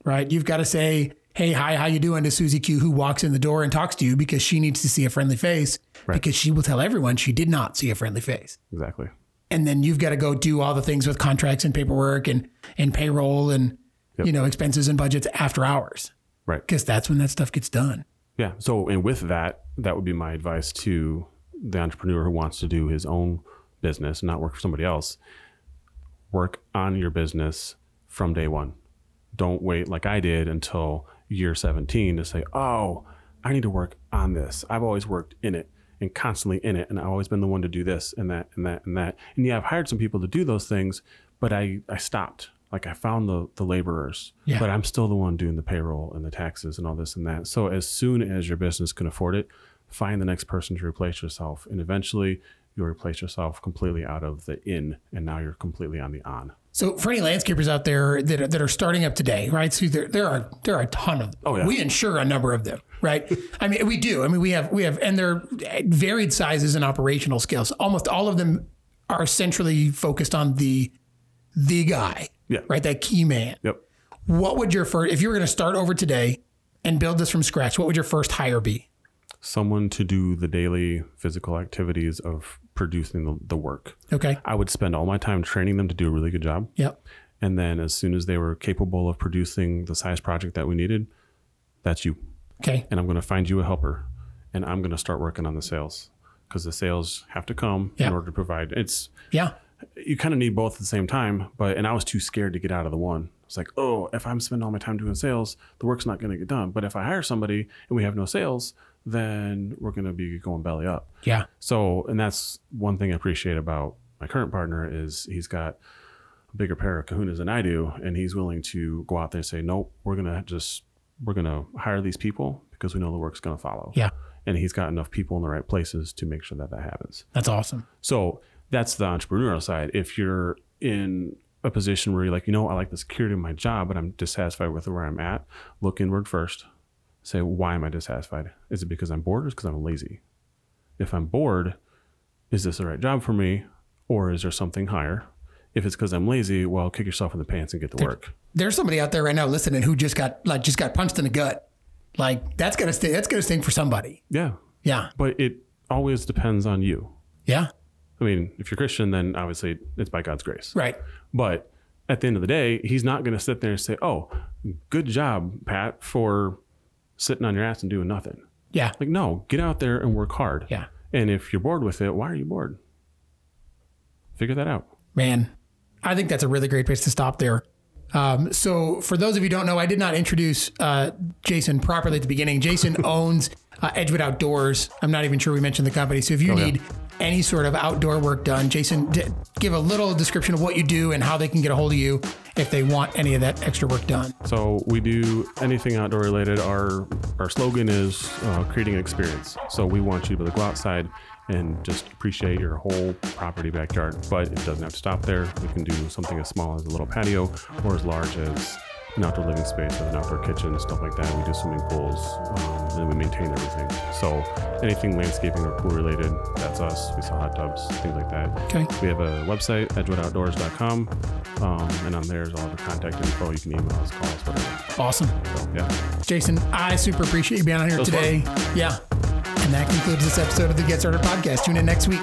[SPEAKER 1] right? You've got to say, "Hey, hi, how you doing?" to Susie Q, who walks in the door and talks to you because she needs to see a friendly face because she will tell everyone she did not see a friendly face.
[SPEAKER 2] Exactly.
[SPEAKER 1] And then you've got to go do all the things with contracts and paperwork and and payroll and you know expenses and budgets after hours
[SPEAKER 2] Right.
[SPEAKER 1] because that's when that stuff gets done.
[SPEAKER 2] Yeah. So, and with that, that would be my advice to the entrepreneur who wants to do his own business and not work for somebody else. Work on your business from day one. Don't wait like I did until year 17 to say, oh, I need to work on this. I've always worked in it and constantly in it. And I've always been the one to do this and that and that and that. And yeah, I've hired some people to do those things, but I, I stopped. Like I found the, the laborers,
[SPEAKER 1] Yeah.
[SPEAKER 2] but I'm still the one doing the payroll and the taxes and all this and that. So as soon as your business can afford it, find the next person to replace yourself. And eventually you'll replace yourself completely out of the in and now you're completely on the on.
[SPEAKER 1] So for any landscapers out there that are, that are starting up today, right? So there, there are there are a ton of them.
[SPEAKER 2] Oh, yeah.
[SPEAKER 1] We insure a number of them, right? I mean, we do. I mean, we have we have, and they're at varied sizes and operational scales. Almost all of them are centrally focused on the the guy,
[SPEAKER 2] Yeah.
[SPEAKER 1] right? That key man.
[SPEAKER 2] Yep.
[SPEAKER 1] What would your first, if you were going to start over today and build this from scratch, what would your first hire be?
[SPEAKER 2] someone to do the daily physical activities of producing the, the work.
[SPEAKER 1] Okay.
[SPEAKER 2] I would spend all my time training them to do a really good job.
[SPEAKER 1] Yep.
[SPEAKER 2] And then as soon as they were capable of producing the size project that we needed, that's you.
[SPEAKER 1] Okay.
[SPEAKER 2] And I'm going to find you a helper and I'm going to start working on the sales because the sales have to come
[SPEAKER 1] Yeah.
[SPEAKER 2] in order to provide. It's,
[SPEAKER 1] Yeah.
[SPEAKER 2] you kind of need both at the same time, but, and I was too scared to get out of the one. It's like, oh, if I'm spending all my time doing sales, the work's not going to get done. But if I hire somebody and we have no sales, then we're going to be going belly up.
[SPEAKER 1] Yeah.
[SPEAKER 2] So, and that's one thing I appreciate about my current partner is he's got a bigger pair of kahunas than I do, and he's willing to go out there and say, nope, we're gonna just we're gonna hire these people because we know the work's gonna follow.
[SPEAKER 1] Yeah.
[SPEAKER 2] And he's got enough people in the right places to make sure that that happens.
[SPEAKER 1] That's awesome.
[SPEAKER 2] So that's the entrepreneurial side. If you're in a position where you're like, you know, I like the security of my job, but I'm dissatisfied with where I'm at, look inward first. Say, why am I dissatisfied? Is it because I'm bored or is it because I'm lazy? If I'm bored, is this the right job for me or is there something higher? If it's because I'm lazy, well, kick yourself in the pants and get to work.
[SPEAKER 1] there's somebody out there right now listening who just got like just got punched in the gut. Like that's gonna sting. That's gonna sting for somebody.
[SPEAKER 2] Yeah.
[SPEAKER 1] Yeah,
[SPEAKER 2] But it always depends on you.
[SPEAKER 1] yeah,
[SPEAKER 2] I mean, if you're Christian, then obviously it's by God's grace.
[SPEAKER 1] right.
[SPEAKER 2] But at the end of the day, he's not going to sit there and say, "Oh, good job, Pat, for sitting on your ass and doing nothing."
[SPEAKER 1] Yeah,
[SPEAKER 2] Like, no, get out there and work hard.
[SPEAKER 1] Yeah.
[SPEAKER 2] And if you're bored with it, why are you bored? Figure that out.
[SPEAKER 1] man. I think that's a really great place to stop there. Um, so, for those of you who don't know, I did not introduce uh, Jason properly at the beginning. Jason owns uh, Edgewood Outdoors. I'm not even sure we mentioned the company. So, if you need any sort of outdoor work done, Jason, d- give a little description of what you do and how they can get a hold of you if they want any of that extra work done.
[SPEAKER 2] So we do anything outdoor related. Our our slogan is uh, creating an experience. So we want you to be able to go outside and just appreciate your whole property backyard. But it doesn't have to stop there. We can do something as small as a little patio or as large as an outdoor living space with an outdoor kitchen, stuff like that. We do swimming pools, um, and we maintain everything. So anything landscaping or pool related, that's us. We sell hot tubs, things like that.
[SPEAKER 1] Okay.
[SPEAKER 2] We have a website, edgewoodoutdoors.com, um, and on there is all the contact info. You can email us, call us, whatever.
[SPEAKER 1] Awesome.
[SPEAKER 2] So, yeah.
[SPEAKER 1] Jason, I super appreciate you being on here
[SPEAKER 2] was
[SPEAKER 1] today. Yeah. And that concludes this episode of the Get Started Podcast. Tune in next week.